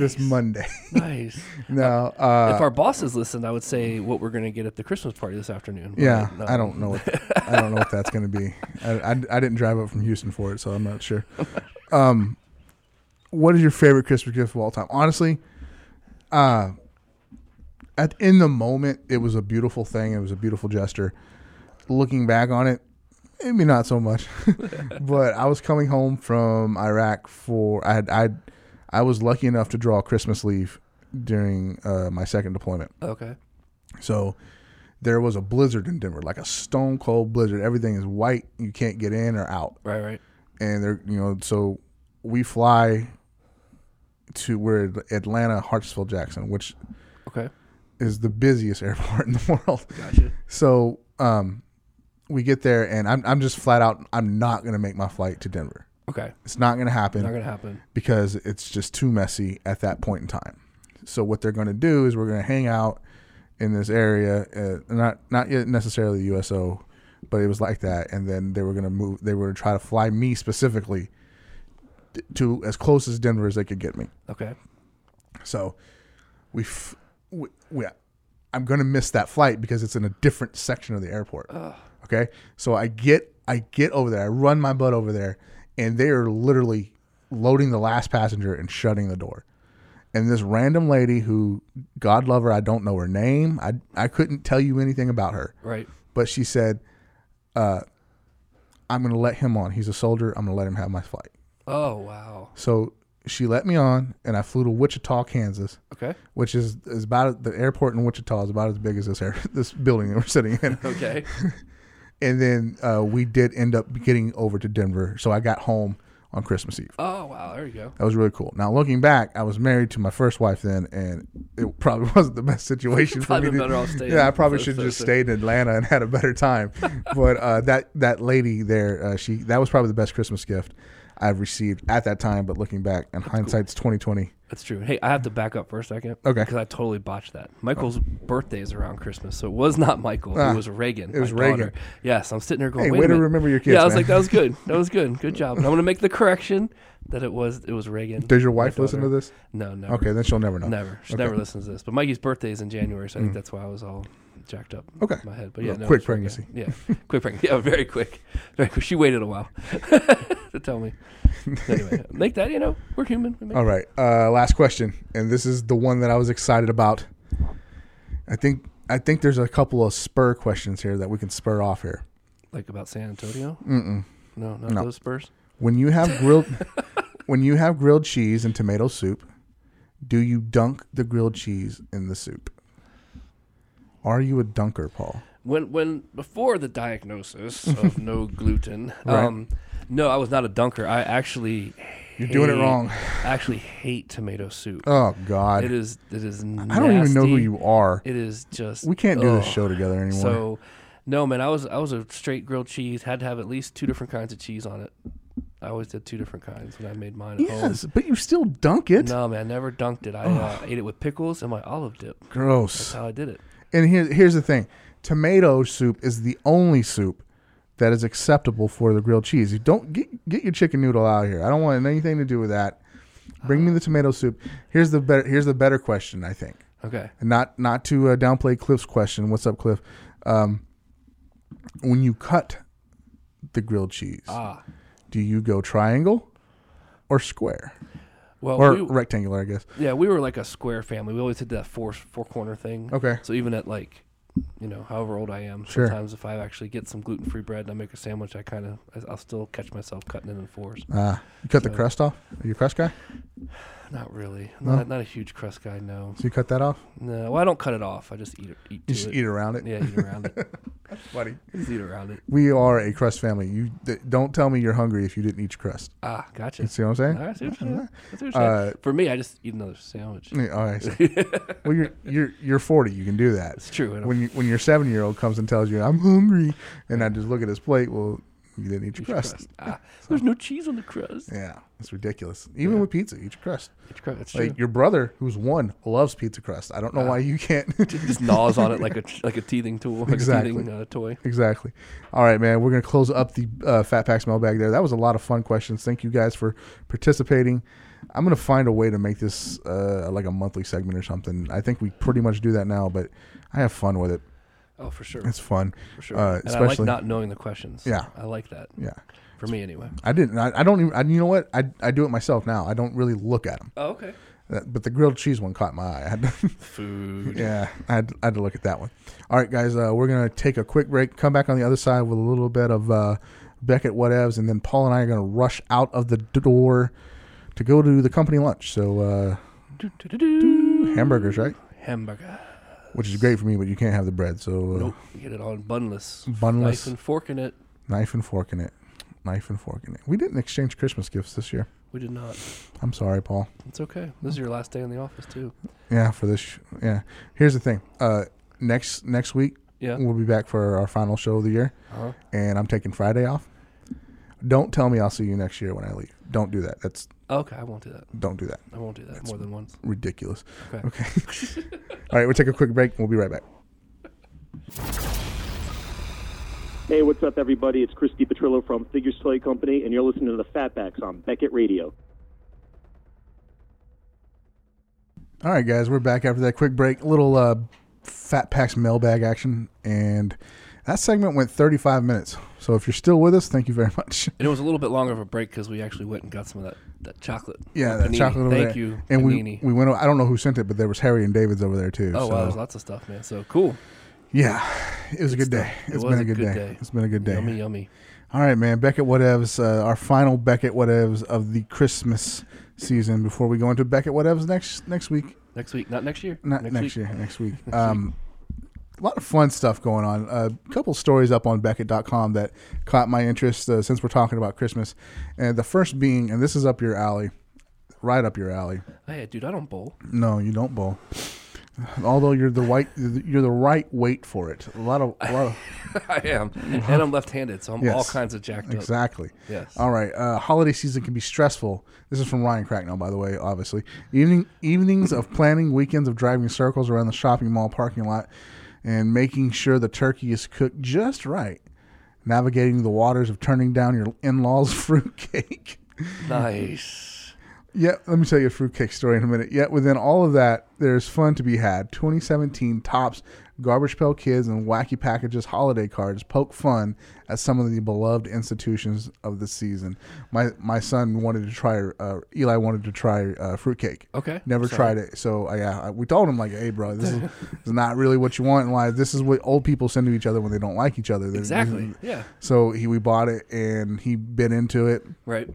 this Monday. [LAUGHS] nice. now, uh, if our bosses listened, I would say what we're gonna get at the Christmas party this afternoon. but, yeah, no. I don't know. What, I don't know what that's gonna be. I, I, I didn't drive up from Houston for it, so I'm not sure. Um, what is your favorite Christmas gift of all time? Honestly, uh, at in the moment, it was a beautiful thing. It was a beautiful gesture. Looking back on it, maybe not so much. [LAUGHS] but I was coming home from Iraq for I had, I I was lucky enough to draw Christmas leave during uh, my second deployment. Okay. So there was a blizzard in Denver, like a stone cold blizzard. Everything is white. You can't get in or out. Right. Right. And they're, you know, so we fly to where Atlanta, Hartsfield, Jackson, which Okay. is the busiest [LAUGHS] airport in the world. Gotcha. So um, we get there, and I'm, I'm just flat out, I'm not going to make my flight to Denver. Okay. It's not going to happen Not gonna happen. because it's just too messy at that point in time. So what they're going to do is we're going to hang out in this area, uh, not not yet necessarily the USO, but it was like that. And then they were going to move. They were going to try to fly me specifically t- to as close as Denver as they could get me. Okay. So we, f- we, we I'm going to miss that flight because it's in a different section of the airport. Okay, so I get I get over there, I run my butt over there, and they are literally loading the last passenger and shutting the door. And this random lady who, God love her, I don't know her name. I I couldn't tell you anything about her, Right. but she said, uh, "I'm going to let him on. He's a soldier. I'm going to let him have my flight." Oh wow. So she let me on, and I flew to Wichita, Kansas Okay. which is, is about the airport in Wichita is about as big as this air, [LAUGHS] this building that we're sitting in. [LAUGHS] Okay. And then uh, we did end up getting over to Denver, so I got home on Christmas Eve. oh wow. There you go. That was really cool. Now looking back, I was married to my first wife then, and it probably [LAUGHS] wasn't the best situation for Probably me. better to, off staying yeah, I probably close should have just to- stayed in Atlanta and had a better time. [LAUGHS] but uh, that that lady there, uh, she that was probably the best Christmas gift I've received at that time. But looking back, and hindsight's twenty twenty. That's true. Hey, I have to back up for a second. Okay. Oh. Because I totally botched that. Michael's birthday is around Christmas, so it was not Michael. Ah, it was Reagan. it was my Reagan. daughter. Yes, I'm sitting there going. Hey, Wait way a to minute." remember your kids, Yeah, I was man. like, that was good. That was good. [LAUGHS] Good job. And I'm gonna make the correction that it was it was Reagan. Does your my wife listen to daughter. this? No, no. Okay, then she'll never know. Never. She Okay. Mm. never listens to this. But Mikey's birthday is in January, so I think that's why I was all jacked up. Okay. In my head. But yeah, Well, no, quick it's Reagan. pregnancy. Yeah, quick pregnancy. Yeah, very quick. Very quick. She waited a while [LAUGHS] to [LAUGHS] tell me. Anyway, make that you know we're human. We make All right. Uh, last question, and this is the one that I was excited about. I think I think there's a couple of spur questions here that we can spur off here. like about San Antonio. Mm-mm. No, not No. those Spurs. When you have [LAUGHS] grilled when you have grilled cheese and tomato soup, do you dunk the grilled cheese in the soup? Are you a dunker, Paul? When when before the [LAUGHS] diagnosis of no gluten, um, no, I was not a dunker. I actually You're doing it hate- wrong. I actually hate tomato soup. Oh God. it is it is. I don't even know who you are. It is just We can't do this ugh. show together anymore. So, no, man, I was I was a straight grilled cheese. Had to have at least two different kinds of cheese on it. I always did two different kinds when I made mine at home. Yes, but you still dunk it. No, man, I never dunked it. I uh, ate it with pickles and my olive dip. That's Gross. how I did it. And here, here's the thing: tomato soup is the only soup that is acceptable for the grilled cheese. You don't get get your chicken noodle out of here. I don't want anything to do with that. Bring Oh. me the tomato soup. Here's the better. Here's the better question. I think. Okay. And not not to uh, downplay Cliff's question. What's up, Cliff? Um, when you cut the grilled cheese, Ah. do you go triangle or square Well, or Oh, we, rectangular? I guess. yeah, we were like a square family. We always did that four four corner thing. Okay. So even at like, you know, however old I am, Sure. sometimes if I actually get some gluten free bread and I make a sandwich, I kind of I'll still catch myself cutting it in fours. Uh, you cut the crust off. Are you a crust guy? Not really. I'm Not not a huge crust guy. No. So you cut that off. No. Well, I don't cut it off. I just eat it. Eat to You just it. eat around it. Yeah, eat around it. [LAUGHS] buddy. Just eat around it. We are a crust family. You th- don't tell me you're hungry if you didn't eat your crust. Ah, gotcha. You see what I'm saying? All right, see what you're saying. I see what [LAUGHS] you're Uh, saying. For me, I just eat another sandwich. [LAUGHS] Yeah, All right. so- well, [LAUGHS] you're you're you're 40. You can do that. It's true. I don't- When you, when your seven year old comes and tells you I'm hungry, and I just look at his plate, well, you didn't eat your crust. Ah, There's no cheese on the crust. Yeah, it's ridiculous. Even with pizza, eat your crust. It's cr- It's true. Like your brother, who's one, loves pizza crust. I don't know why you [LAUGHS] can't. just gnaws on it like a like a teething tool, like Exactly. a teething uh, toy. Exactly. All right, man. We're going to close up the uh, Fat Packs mailbag there. That was a lot of fun questions. Thank you guys for participating. I'm going to find a way to make this uh, like a monthly segment or something. I think we pretty much do that now, but I have fun with it. Oh, for sure, It's fun. for sure. Uh, and I like especially, not knowing the questions. Yeah. I like that. yeah. For me, anyway. I didn't. I, I don't even. I, you know what? I, I do it myself now. I don't really look at them. Oh, okay. But the grilled cheese one caught my eye. I had to, [LAUGHS] Food. Yeah, I had, I had to look at that one. All right, guys, uh, we're going to take a quick break, come back on the other side with a little bit of uh, Beckett whatevs, and then Paul and I are going to rush out of the door to go to the company lunch. So, uh, hamburgers, right? Hamburger. Which is great for me, but you can't have the bread. So, uh, Nope. You get it all bunless. Bunless. Knife and fork in it. knife and fork in it. Knife and fork in it. We didn't exchange Christmas gifts this year. We did not. I'm sorry, Paul. It's okay. This is your last day in the office too. Yeah, for this. sh- Yeah. Here's the thing. Uh, next next week, Yeah. we'll be back for our final show of the year. Uh-huh. and I'm taking Friday off. Don't tell me I'll see you next year when I leave. Don't do that. That's Okay, I won't do that. don't do that. I won't do that more than once. Ridiculous. Okay. Okay. [LAUGHS] All right, we'll take a quick break. We'll be right back. Hey, what's up, everybody? It's Christy Petrillo from Figure Slay Company, and you're listening to the Fatbacks on Beckett Radio. All right, guys, we're back after that quick break. A little uh, Fat Packs mailbag action, and that segment went 35 minutes. So if you're still with us, thank you very [LAUGHS] much. And it was a little bit longer of a break because we actually went and got some of that, that chocolate. Yeah, The that panini. chocolate over Thank there. you, And we, panini. we went. o- I don't know who sent it, but there was Harry and David's over there too. oh so, wow, there's lots of stuff, man. So cool. yeah, it was a good day. It It's was been a good, day. It's been a good day. Yummy, yummy. All right, man. Beckett Whatevs, uh, our final Beckett Whatevs of the Christmas season before we go into Beckett Whatevs next next week. Next week, not next year. Not next, week. year, next [LAUGHS] week. Um, a lot of fun stuff going on. A couple stories up on Beckett.com that caught my interest uh, since we're talking about Christmas. And the first being, and this is up your alley, right up your alley. Hey, dude, I don't bowl. [LAUGHS] No, you don't bowl. Although you're the white, you're the right weight for it. A lot of, a lot [LAUGHS] of I am, and I'm left-handed, so I'm all Uh-huh. Yes. kinds of jacked up. Exactly. Yes. All right. Uh, holiday season can be stressful. This is from Ryan Cracknell, by the way. Obviously, evening evenings of planning, weekends of driving circles around the shopping mall parking lot, and making sure the turkey is cooked just right. Navigating the waters of turning down your in-laws' [LAUGHS] fruitcake. Nice. Yeah, let me tell you a fruitcake story in a minute. Yet within all of that, there's fun to be had. 2017 tops Garbage Pail Kids and Wacky Packages holiday cards poke fun at some of the beloved institutions of the season. My my son wanted to try, uh, Eli wanted to try uh, fruitcake. Okay, Never sorry. tried it. So I, yeah, I, we told him like, hey, bro, [LAUGHS] this is, this is not really what you want in life. This is what old people send to each other when they don't like each other. This- this is- Exactly. Yeah. So he we bought it and he bit into it Right.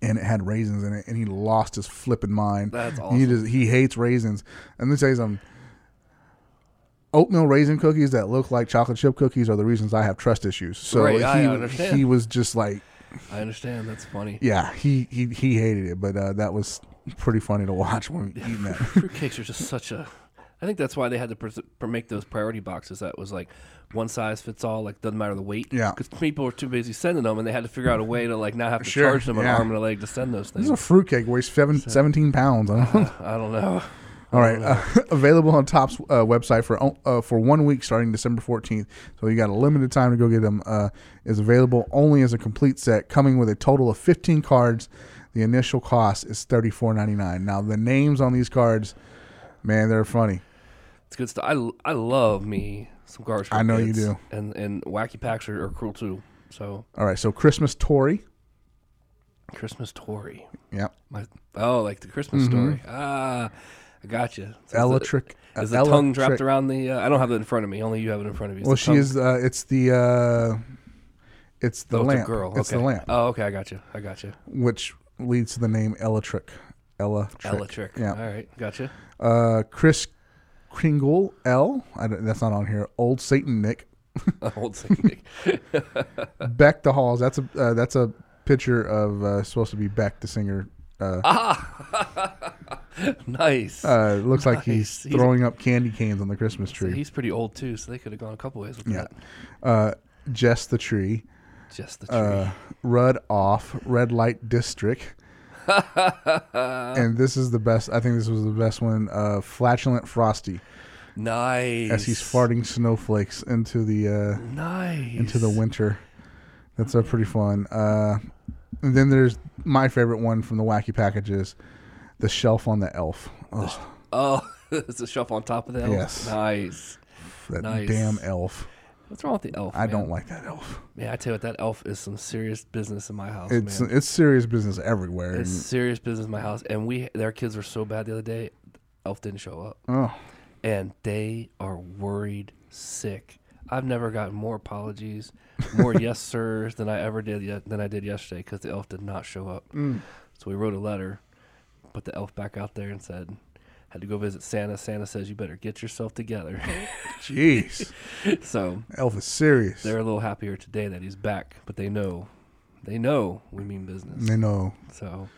and it had raisins in it, and he lost his flipping mind. That's He awesome. just he hates raisins. And let me tell you something. Oatmeal raisin cookies that look like chocolate chip cookies are the reasons I have trust issues. So Right, he, I understand. he was just like, I understand. That's funny. yeah, he he, he hated it, but uh, that [LAUGHS] was pretty funny to watch when we eating that. Fruitcakes are just such a. I think that's why they had to pres- pr- make those priority boxes. That was like one size fits all. Like doesn't matter the weight. Yeah. because people were too busy sending them, and they had to figure out a way to like not have to Sure, charge them an yeah. arm and a leg to send those This things. is a fruitcake weighs [LAUGHS] seven, 17 pounds. I don't know. I don't know. All right, uh, [LAUGHS] available on Top's uh, website for o- uh, for one week starting December fourteenth. So you got a limited time to go get them. Uh, is available only as a complete set, coming with a total of fifteen cards. The initial cost is thirty four ninety nine. Now the names on these cards, man, they're funny. It's good stuff. I, I love me some garbage. I know you Kids. do. And and wacky packs are, are cool too. So All right, so Christmas Tory, Christmas Tory. yeah, My oh, like the Christmas Mm-hmm. story. Ah, I gotcha. So Electric. uh, Is the, is the tongue Electric- wrapped around the? Uh, I don't have it in front of me. Only you have it in front of you. Well, the she tongue- is. Uh, it's the. Uh, it's the oh, lamp. It's a girl. It's Okay. the lamp, Oh, okay. I got you. I got you. which leads to the name Electric. Electric. Electric. Yeah. All right. Gotcha. [LAUGHS] Uh, Chris Kringle L. I don't, that's not on here. Old Satan Nick. [LAUGHS] Old thing. Beck the Halls. That's a uh, that's a picture of uh, supposed to be Beck the singer. Uh, [LAUGHS] nice. uh, looks like he's Nice. He's- throwing up candy canes on the Christmas tree. He's pretty old too, so they could have gone a couple ways with Yeah. that. Uh, Jess the tree. Just the tree. Uh, Rudd off. Red light [LAUGHS] district. and this is the best. I think this was the best one. Uh, flatulent Frosty nice. as he's farting snowflakes into the. Uh, Nice. into the winter. That's uh, pretty fun. Uh, and then there's my favorite one from the wacky packages, the shelf on the elf. Oh, Oh, [LAUGHS] it's a shelf on top of the elf. Yes. Nice. that nice. damn elf! What's wrong with the elf? I man? don't like that elf. Man, I tell you what, that elf is some serious business in my house. It's man. it's serious business everywhere. it's and- serious business in my house. And we, their kids were so bad the other day. Elf didn't show up, [LAUGHS] oh, and they are worried sick. I've never gotten more apologies, [LAUGHS] more yes sirs than I ever did yet, than I did yesterday because the elf did not show up. Mm. So we wrote a letter, put the elf back out there, and said. Had to go visit Santa. Santa says you better get yourself together. [LAUGHS] jeez, so elf is serious. they're a little happier today that he's back, but they know, they know we mean business. they know. So,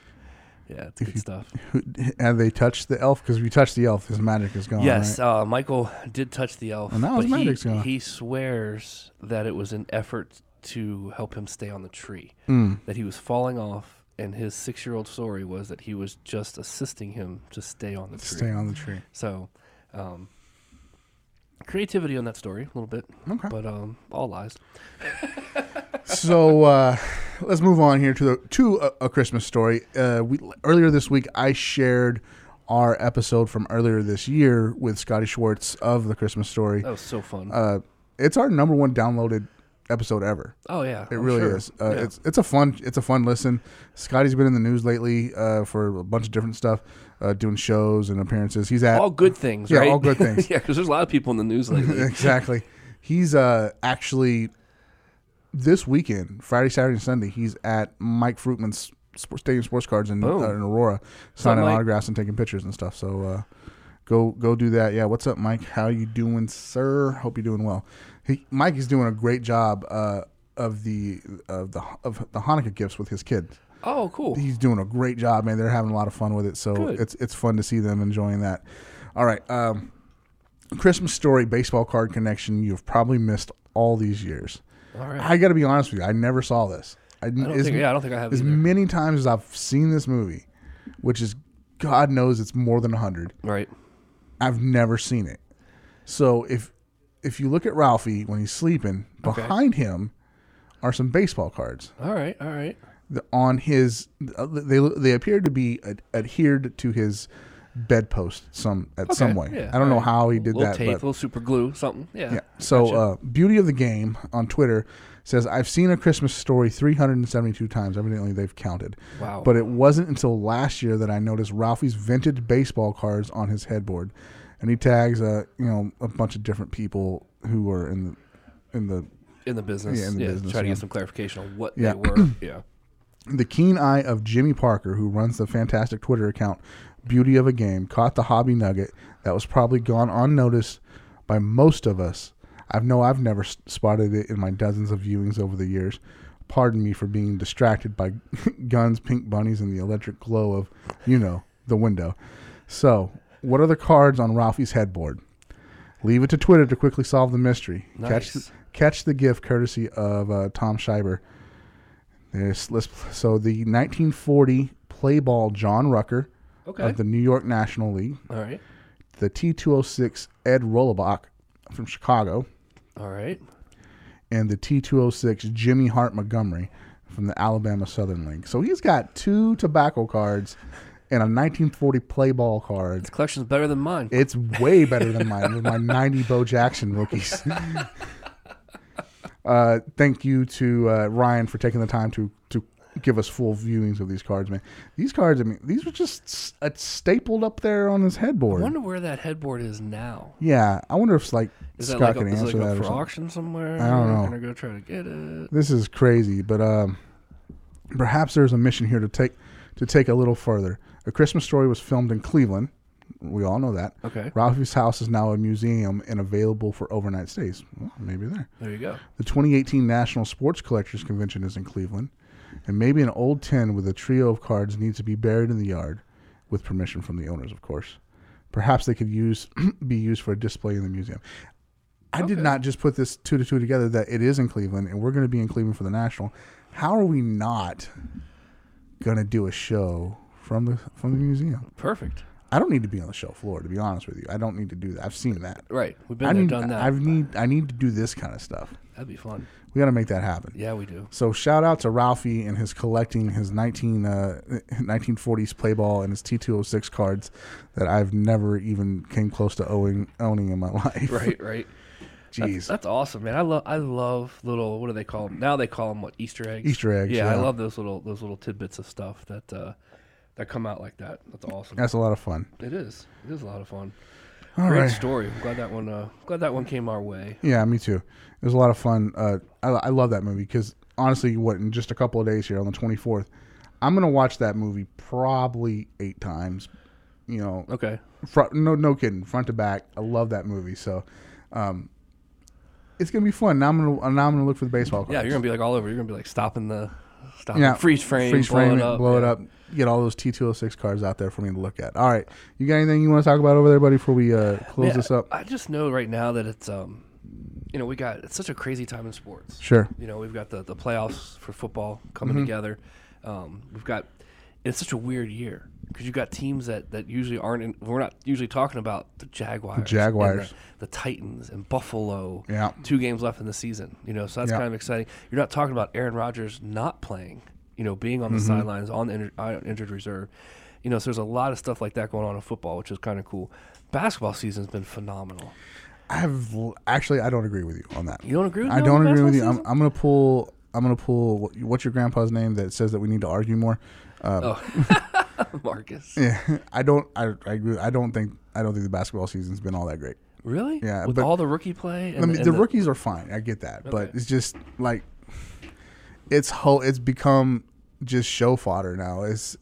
yeah, [LAUGHS] it's good stuff. Who, have they touched the elf? Because if you touch the elf, his magic is gone. Yes, right? uh, Michael did touch the elf, And now his but he, magic's gone. he swears that it was an effort to help him stay on the tree, Hmm. that he was falling off, and his six-year-old story was that he was just assisting him to stay on the tree. stay on the tree. So, um, creativity on that story a little bit, Okay. but um, all lies. so uh, let's move on here to the, to a, a Christmas story. Uh, we earlier this week I shared our episode from earlier this year with Scotty Schwartz of the Christmas Story. That was so fun. Uh, it's our number one downloaded episode ever. oh yeah, It really is. Uh, It's it's a fun it's a fun listen. Scotty's been in the news lately uh, for a bunch of different stuff, uh, doing shows and appearances. He's at all good things, Yeah, right? all good things. [LAUGHS] yeah, because there's a lot of people in the news lately. [LAUGHS] exactly. He's uh actually this weekend, Friday, Saturday, and Sunday. He's at Mike Fruitman's Sp- Stadium Sports Cards in, uh, Boom. in Aurora, up, signing Mike? autographs and taking pictures and stuff. So uh, go go do that. Yeah, what's up, Mike? How you doing, sir? Hope you're doing well. He, Mike is doing a great job uh, of the of the of the Hanukkah gifts with his kids oh, cool. he's doing a great job, man. They're having a lot of fun with it, so Good. it's it's fun to see them enjoying that. All right, um, Christmas story baseball card connection. You've probably missed all these years. All right. I got to be honest with you. I never saw this. I, don't think- yeah, I don't think I have as either. many times as I've seen this movie, which is God knows it's more than hundred. Right. I've never seen it. So if if you look at Ralphie when he's sleeping, behind him are some baseball cards All right. All right. the- on his uh, they they appeared to be ad- adhered to his bedpost some at some way. yeah, I don't know alright. how he did little that, tape, but little super glue, something. Yeah. yeah. So uh, beauty of the game on Twitter says I've seen a Christmas story 372 times. Evidently they've counted. Wow. But it wasn't until last year that I noticed Ralphie's vintage baseball cards on his headboard, and he tags uh, you know a bunch of different people who were in the in the in the business. Yeah, Yeah. in the business, try to yeah. get some clarification on what Yeah. they [CLEARS THROAT] were. yeah. The keen eye of Jimmy Parker, who runs the fantastic Twitter account Beauty of a Game, caught the hobby nugget that was probably gone unnoticed by most of us. I know I've never s- spotted it in my dozens of viewings over the years. Pardon me for being distracted by [LAUGHS] guns, pink bunnies, and the electric glow of, you know, the window. So what are the cards on Ralphie's headboard? Leave it to Twitter to quickly solve the mystery. Catch, Nice. catch the gift courtesy of uh, Tom Scheiber. There's, let's, so the 1940 play ball John Rucker Okay. of the New York National League, all right. the T206 Ed Rollabach from Chicago, All right. and the T206 Jimmy Hart Montgomery from the Alabama Southern League. So he's got two tobacco cards and a 1940 play ball card. This collection's better than mine. It's way better than mine with my 90 Bo Jackson rookies. [LAUGHS] uh, thank you to uh, Ryan for taking the time to to give us full viewings of these cards, man. These cards, I mean, these were just s- uh, stapled up there on his I headboard. wonder where that headboard is now. yeah, I wonder if like Is that Scott like, up- can is answer it like that. up or for something. auction somewhere? I don't know. Gonna go try to get it. This is crazy, but um, perhaps there's a mission here to take to take a little further. A Christmas Story was filmed in Cleveland. We all know that. Okay. Ralphie's house is now a museum and available for overnight stays. Well, maybe there. There you go. The 2018 National Sports Collectors Convention is in Cleveland, and maybe an old tin with a trio of cards needs to be buried in the yard, with permission from the owners, of course. Perhaps they could use [CLEARS THROAT] be used for a display in the museum. I did not just put this two to two together that it is in Cleveland, and we're going to be in Cleveland for the national. How are we not going to do a show from the from the museum? Perfect. I don't need to be on the show floor, to be honest with you. I don't need to do that. I've seen that. Right. We've been I there, need, done that. I need I need to do this kind of stuff. That'd be fun. We got to make that happen. Yeah, we do. [LAUGHS] So shout out to Ralphie and his collecting his 19 uh, 1940s play ball and his T206 cards that I've never even came close to owning owning in my [LAUGHS] life. Right. Right. Jeez. That's awesome, man. I love I love little what do they call them? Now they call them what Easter eggs. Easter eggs, Yeah, I yeah. love those little those little tidbits of stuff that uh, that come out like that. That's awesome. That's a lot of fun. It is. It is a lot of fun. All Great right. story. I'm glad that one. Uh, glad that one came our way. Yeah, me too. It was a lot of fun. Uh, I, I love that movie because honestly, what in just a couple of days here on the 24th, I'm gonna watch that movie probably eight times. You know, Okay. front, no no kidding, front to back. I love that movie. So, um, it's gonna be fun. Now I'm gonna now I'm gonna look for the baseball cards. Yeah, you're gonna be like all over. You're gonna be like stopping the, stopping yeah, freeze frame, freeze blow frame, it up, blow it yeah. up. Get all those T two hundred six cards out there for me to look at. All right, you got anything you want to talk about over there, buddy? Before we uh, close Man, this up, I just know right now that it's um, you know, we got it's such a crazy time in sports. sure. Mm-hmm. You know, we've got the, the playoffs for football coming together. Um, we've got it's such a weird year because you've got teams that, that usually aren't in, we're not usually talking about the Jaguars, and Jaguars. the, the Titans, and Buffalo. Yeah. two games left in the season. You know, so that's Yeah. kind of exciting. You're not talking about Aaron Rodgers not playing. You know, being on Mm-hmm. the sidelines on the injured, on injured reserve. You know, so there's a lot of stuff like that going on in football, which is kind of cool. Basketball season's been phenomenal. [LAUGHS] I have l- actually I don't agree with you on that. You don't agree with I me on don't the agree with you. basketball I'm, I'm gonna pull. I'm gonna pull. what- What's your grandpa's name that says that we need to argue more? Marcus. Yeah, [LAUGHS] I don't. I, I agree. I don't think. I don't think the basketball season's been all that great. Really? Yeah, With but- all the rookie play and, I mean, and the, rookies are fine. I get that, but Okay. it's just like it's whole. It's become just show fodder now. It's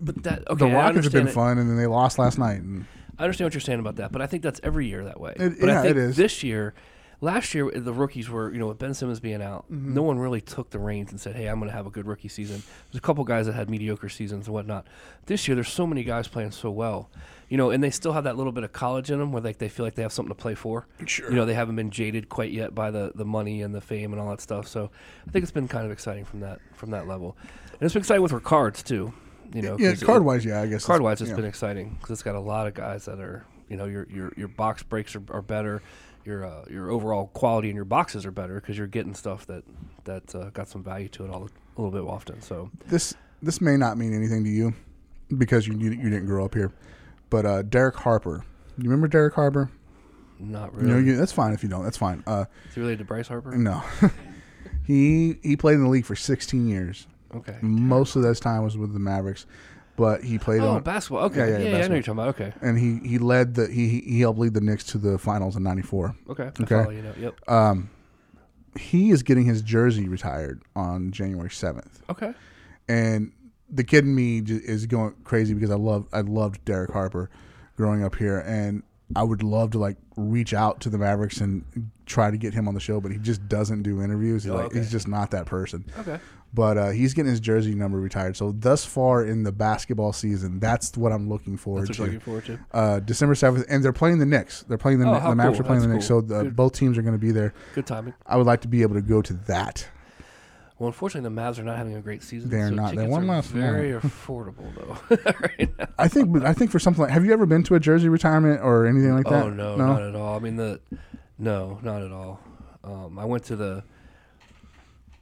But that okay, the I Rockets have been understand it. fun, and then they lost last night. And I understand what you're saying about that, but I think that's every year that way. It- but yeah, I think it is. this year, last year the rookies were, you know, with Ben Simmons being out, Mm-hmm. no one really took the reins and said, "Hey, I'm going to have a good rookie season." There's a couple guys that had mediocre seasons and whatnot. This year, there's so many guys playing so well, you know, and they still have that little bit of college in them where like they feel like they have something to play for. Sure. You know, they haven't been jaded quite yet by the the money and the fame and all that stuff. So I think it's been kind of exciting from that from that level, and it's been exciting with regards too. You know, yeah, 'cause it- card wise, yeah, I guess it's- card wise, it's yeah. been exciting because it's got a lot of guys that are you know your your your box breaks are, are better, your uh, your overall quality in your boxes are better because you're getting stuff that that uh, got some value to it all a little bit often. So this this may not mean anything to you because you you, you didn't grow up here, but uh, Derek Harper. You remember Derek Harper? not No, really. you, Mm, that's fine if you don't. That's fine. Uh, Is he related to Bryce Harper? no, [LAUGHS] he he played in the league for 16 years. Okay. mm, Most of that time was with the Mavericks, but he played Oh, on basketball. Okay. Yeah, Yeah, yeah, yeah, I know basketball. you're talking about. Okay. and he he led the he he helped lead the Knicks to the finals in '94. Okay. I Okay. follow you know. Yep. He is getting his jersey retired on January 7th, okay. and the kid in me j- is going crazy because I love I loved Derek Harper growing up here, and I would love to like reach out to the Mavericks and try to get him on the show, but he just doesn't do interviews. He's like he's just not that person. Okay. But uh, he's getting his jersey number retired. So thus far in the basketball season, that's what I'm looking forward That's to. what you're looking forward to. Uh, December seventh, and they're playing the Knicks. They're playing the Oh, Knicks. how the Mavericks cool. are playing the That's Knicks. cool. So the, Good. both teams are going to be there. Good timing. I would like to be able to go to that. Well, unfortunately, the Mavs are not having a great season. They are so not. They tickets won are last night. [LAUGHS] Very affordable though. [LAUGHS] right now. I think. I think for something like, have you ever been to a jersey retirement or anything like that? Oh no, not at all. I mean the, no, not at all. Um, I went to the.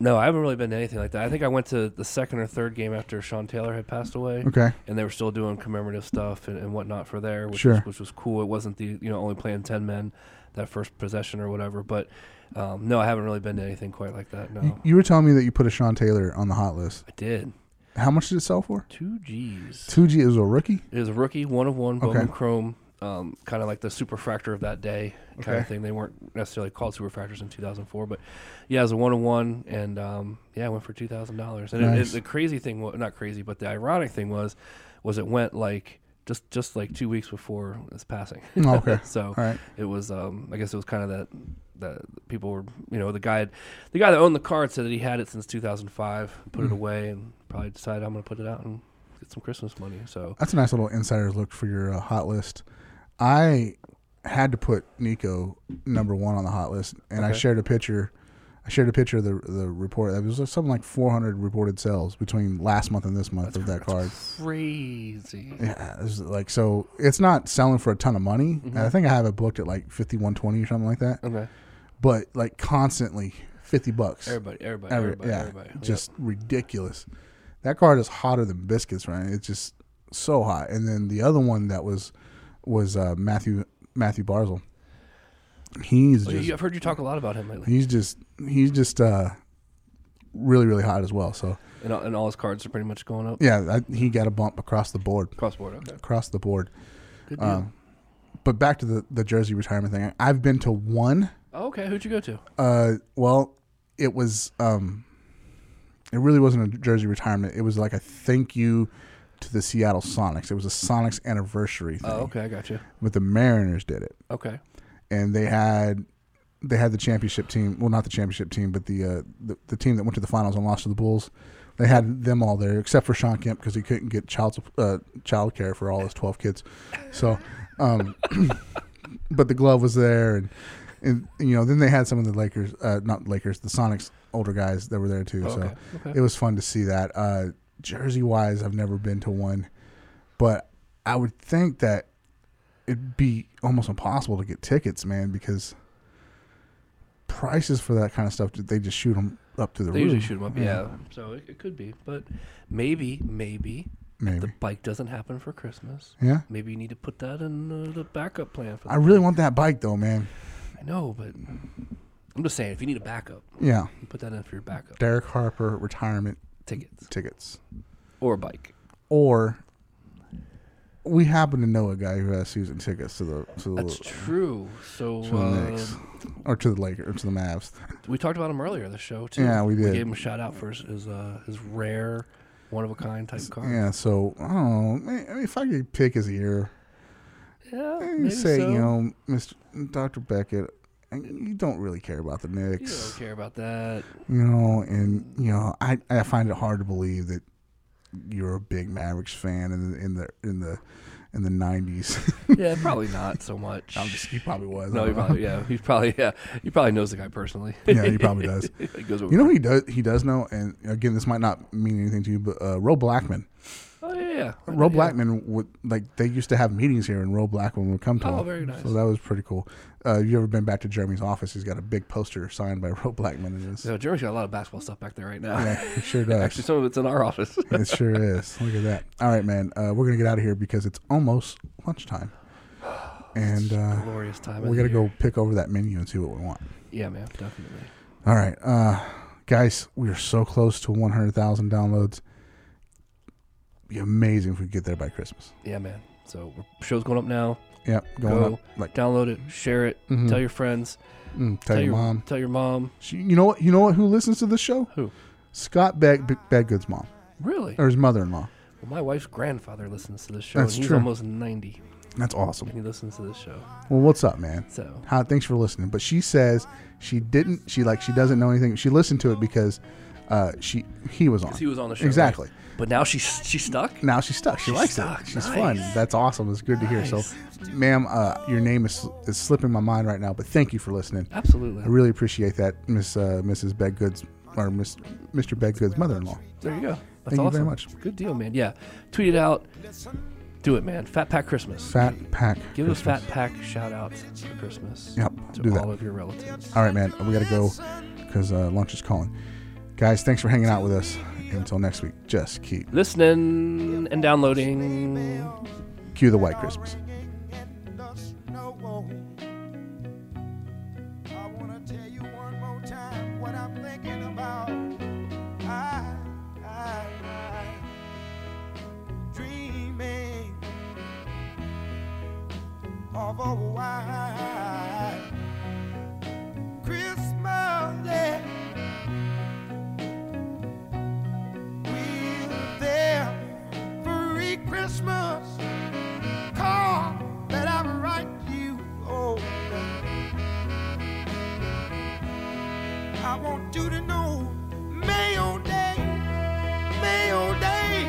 No, I haven't really been to anything like that. I think I went to the second or third game after Sean Taylor had passed away. Okay. And they were still doing commemorative stuff and, and whatnot for there, which Sure. was, which was cool. It wasn't the you know only playing ten men that first possession or whatever. But um, no, I haven't really been to anything quite like that. No, You were telling me that you put a Sean Taylor on the hot list. I did How much did it sell for? two G's. Two G is a rookie. It was a rookie, one of one, Bowman Okay. Chrome, um, kind of like the superfractor of that day kind Okay. of thing. They weren't necessarily called superfractors in 2004, but yeah, it was a one of one, and um, yeah, it went for two thousand dollars. And it- it- Nice. the crazy thing, wa- not crazy, but the ironic thing was, was it went like just just like two weeks before his passing. Oh, [LAUGHS] okay. [LAUGHS] so All right. it was, um, I guess it was kind of that. That people were, you know, the guy, had, the guy that owned the card said that he had it since 2005, put Hmm. it away, and probably decided I'm going to put it out and get some Christmas money. So That's a nice little insider's look for your uh, hot list. I had to put Nico number one on the hot list, and I shared a picture. I shared a picture of the the report. That was something like 400 reported sales between last month and this month of that card. crazy. Yeah, it was like so, it's not selling for a ton of money. And I think I have it booked at like 5120 or something like that. Mm-hmm. Okay. But like constantly 50 bucks. Everybody, everybody, Every- everybody, yeah, everybody. just ridiculous. That card is hotter than biscuits, right? It's just so hot. And then the other one that was was uh, Matthew Matthew Barzell. He's Well, just Oh, you- I've heard you talk a lot about him lately, he's just he's just uh, really really hot as well. So and all, and all his cards are pretty much going up yeah, I, he got a bump across the board. cross board. Okay. Across the board. Um, but back to the the jersey retirement thing. I've been to one. Oh, okay, who'd you go to? Uh, well, it was um, it really wasn't a jersey retirement. It was like a thank you to the Seattle Sonics. It was a Sonics anniversary thing, Oh, okay, I got you. but the Mariners did it, Okay, and they had they had the championship team. Well, not the championship team, but the uh, the, the team that went to the finals and lost to the Bulls. They had them all there except for Sean Kemp because he couldn't get child sup- uh, child care for all his twelve kids. So, um, but the glove was there, and, and you know, then they had some of the Lakers, uh, not Lakers, the Sonics older guys that were there too. Oh, okay, So it was fun to see that. Uh, Jersey wise, I've never been to one, but I would think that it'd be almost impossible to get tickets, man, because prices for that kind of stuff they just shoot them up to the they roof. usually shoot him up. Yeah, so it, it could be, but maybe, maybe, Maybe. the bike doesn't happen for Christmas. Yeah. Maybe you need to put that in uh, the backup plan for. I The, really want that bike though, man. I know, but I'm just saying, if you need a backup, Yeah. you put that in for your backup Derek Harper retirement tickets tickets. or a bike. Or we happen to know a guy who has season tickets to the to the, That's true. So to the uh, Knicks. Or to the Lakers or to the Mavs. We talked about him earlier in the show too. Yeah, we did. We gave him a shout out for his his, uh, his rare, one of a kind type car. Yeah, so I don't know. I mean, if I could pick his ear, Yeah, I'd maybe say, so. you know, Mr. Dr. Beckett, I- you don't really care about the You don't Knicks. care about that. you know, and you know, I, I find it hard to believe that you're a big Mavericks fan in the in the in the in the nineties. Yeah, probably not so [LAUGHS] much. I'm just, he probably was. no, I he don't know. probably yeah, he probably yeah, he probably knows the guy personally. yeah, he probably does. [LAUGHS] he goes over. You know, who he does. He does know. And again, this might not mean anything to you, but uh, Roe Blackman. oh yeah, yeah. I know, Roe yeah. Blackman would like they used to have meetings here, and Roe Blackman would come to. Oh, him. very nice. So that was pretty cool. Uh, you ever been back to Jeremy's office? He's got a big poster signed by [LAUGHS] Roe Blackman in his. So Jeremy's got a lot of basketball stuff back there right now. Yeah, he sure does. Oh, [LAUGHS] Actually, some of it's in our office. [LAUGHS] It sure is. Look at that. All right, man. Uh, we're gonna get out of here because it's almost [SIGHS] lunchtime, and uh, Glorious time. we of gotta the year. go pick over that menu and see what we want. Yeah, man, definitely. All right, uh, guys, we are so close to 100,000 downloads. Be amazing if we get there by Christmas. Yeah, man. So show's going up now. Yep, going Go up. Like, download it, share it, Mhm. tell your friends, mm, tell, your, mom. tell your mom. She, you know what? You know what? Who listens to this show? Who? Scott Bag- B- Badgood's mom Really? or his mother-in-law. Well, my wife's grandfather listens to this show. That's and he's true. almost 90. That's awesome. He listens to this show. Well, what's up, man? So- Hi, thanks for listening. But she says she didn't. She like she doesn't know anything. She listened to it because uh, she he was on. He was on the show. right? exactly. But now she's she's stuck? Now she's stuck. She likes stuck. it. She's Nice. fun. That's awesome. It's good to hear. So, ma'am, uh, your name is is slipping my mind right now. But thank you for listening. Absolutely. I really appreciate that, Miss uh, Mrs. Bedgood's or Miss Mr. Bedgood's mother-in-law. There you go. That's Thank awesome. you very much. Good deal, man. Yeah. Tweet it out. Do it, man. Fat Pack Christmas. Fat pack. Give Christmas. a Fat Pack shout out for Christmas. Yep, To do all that. of your relatives. All right, man. We gotta go because uh, lunch is calling. Guys, thanks for hanging out with us. Until next week, just keep Listening and downloading. cue the white Christmas. I wanna tell you one more time what I'm thinking about. I, I, I, dreaming of a white Christmas day. We're there for a Christmas card that I write you. Oh. I want you to know Mayo Day, Mayo Day.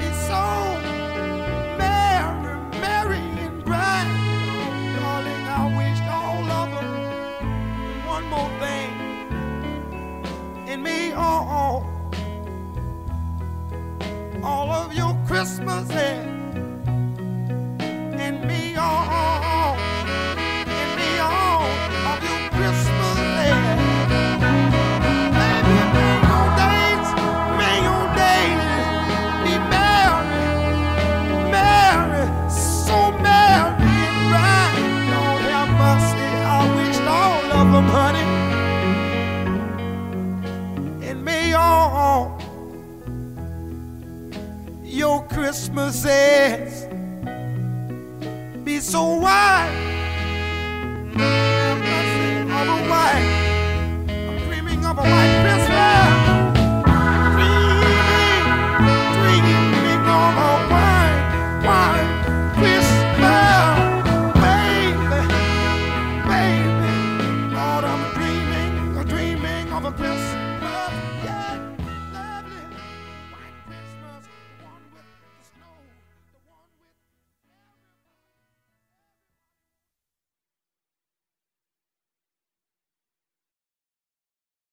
It's so merry, merry and bright. Darling, I wish all of them and one more thing in me all. All of your Christmases and me oh, all and me all of your Christmas days. Baby, may your days, may your days be merry, merry, so merry and bright. Lord have mercy, I wish all of them, honey, and may all your Christmases be so white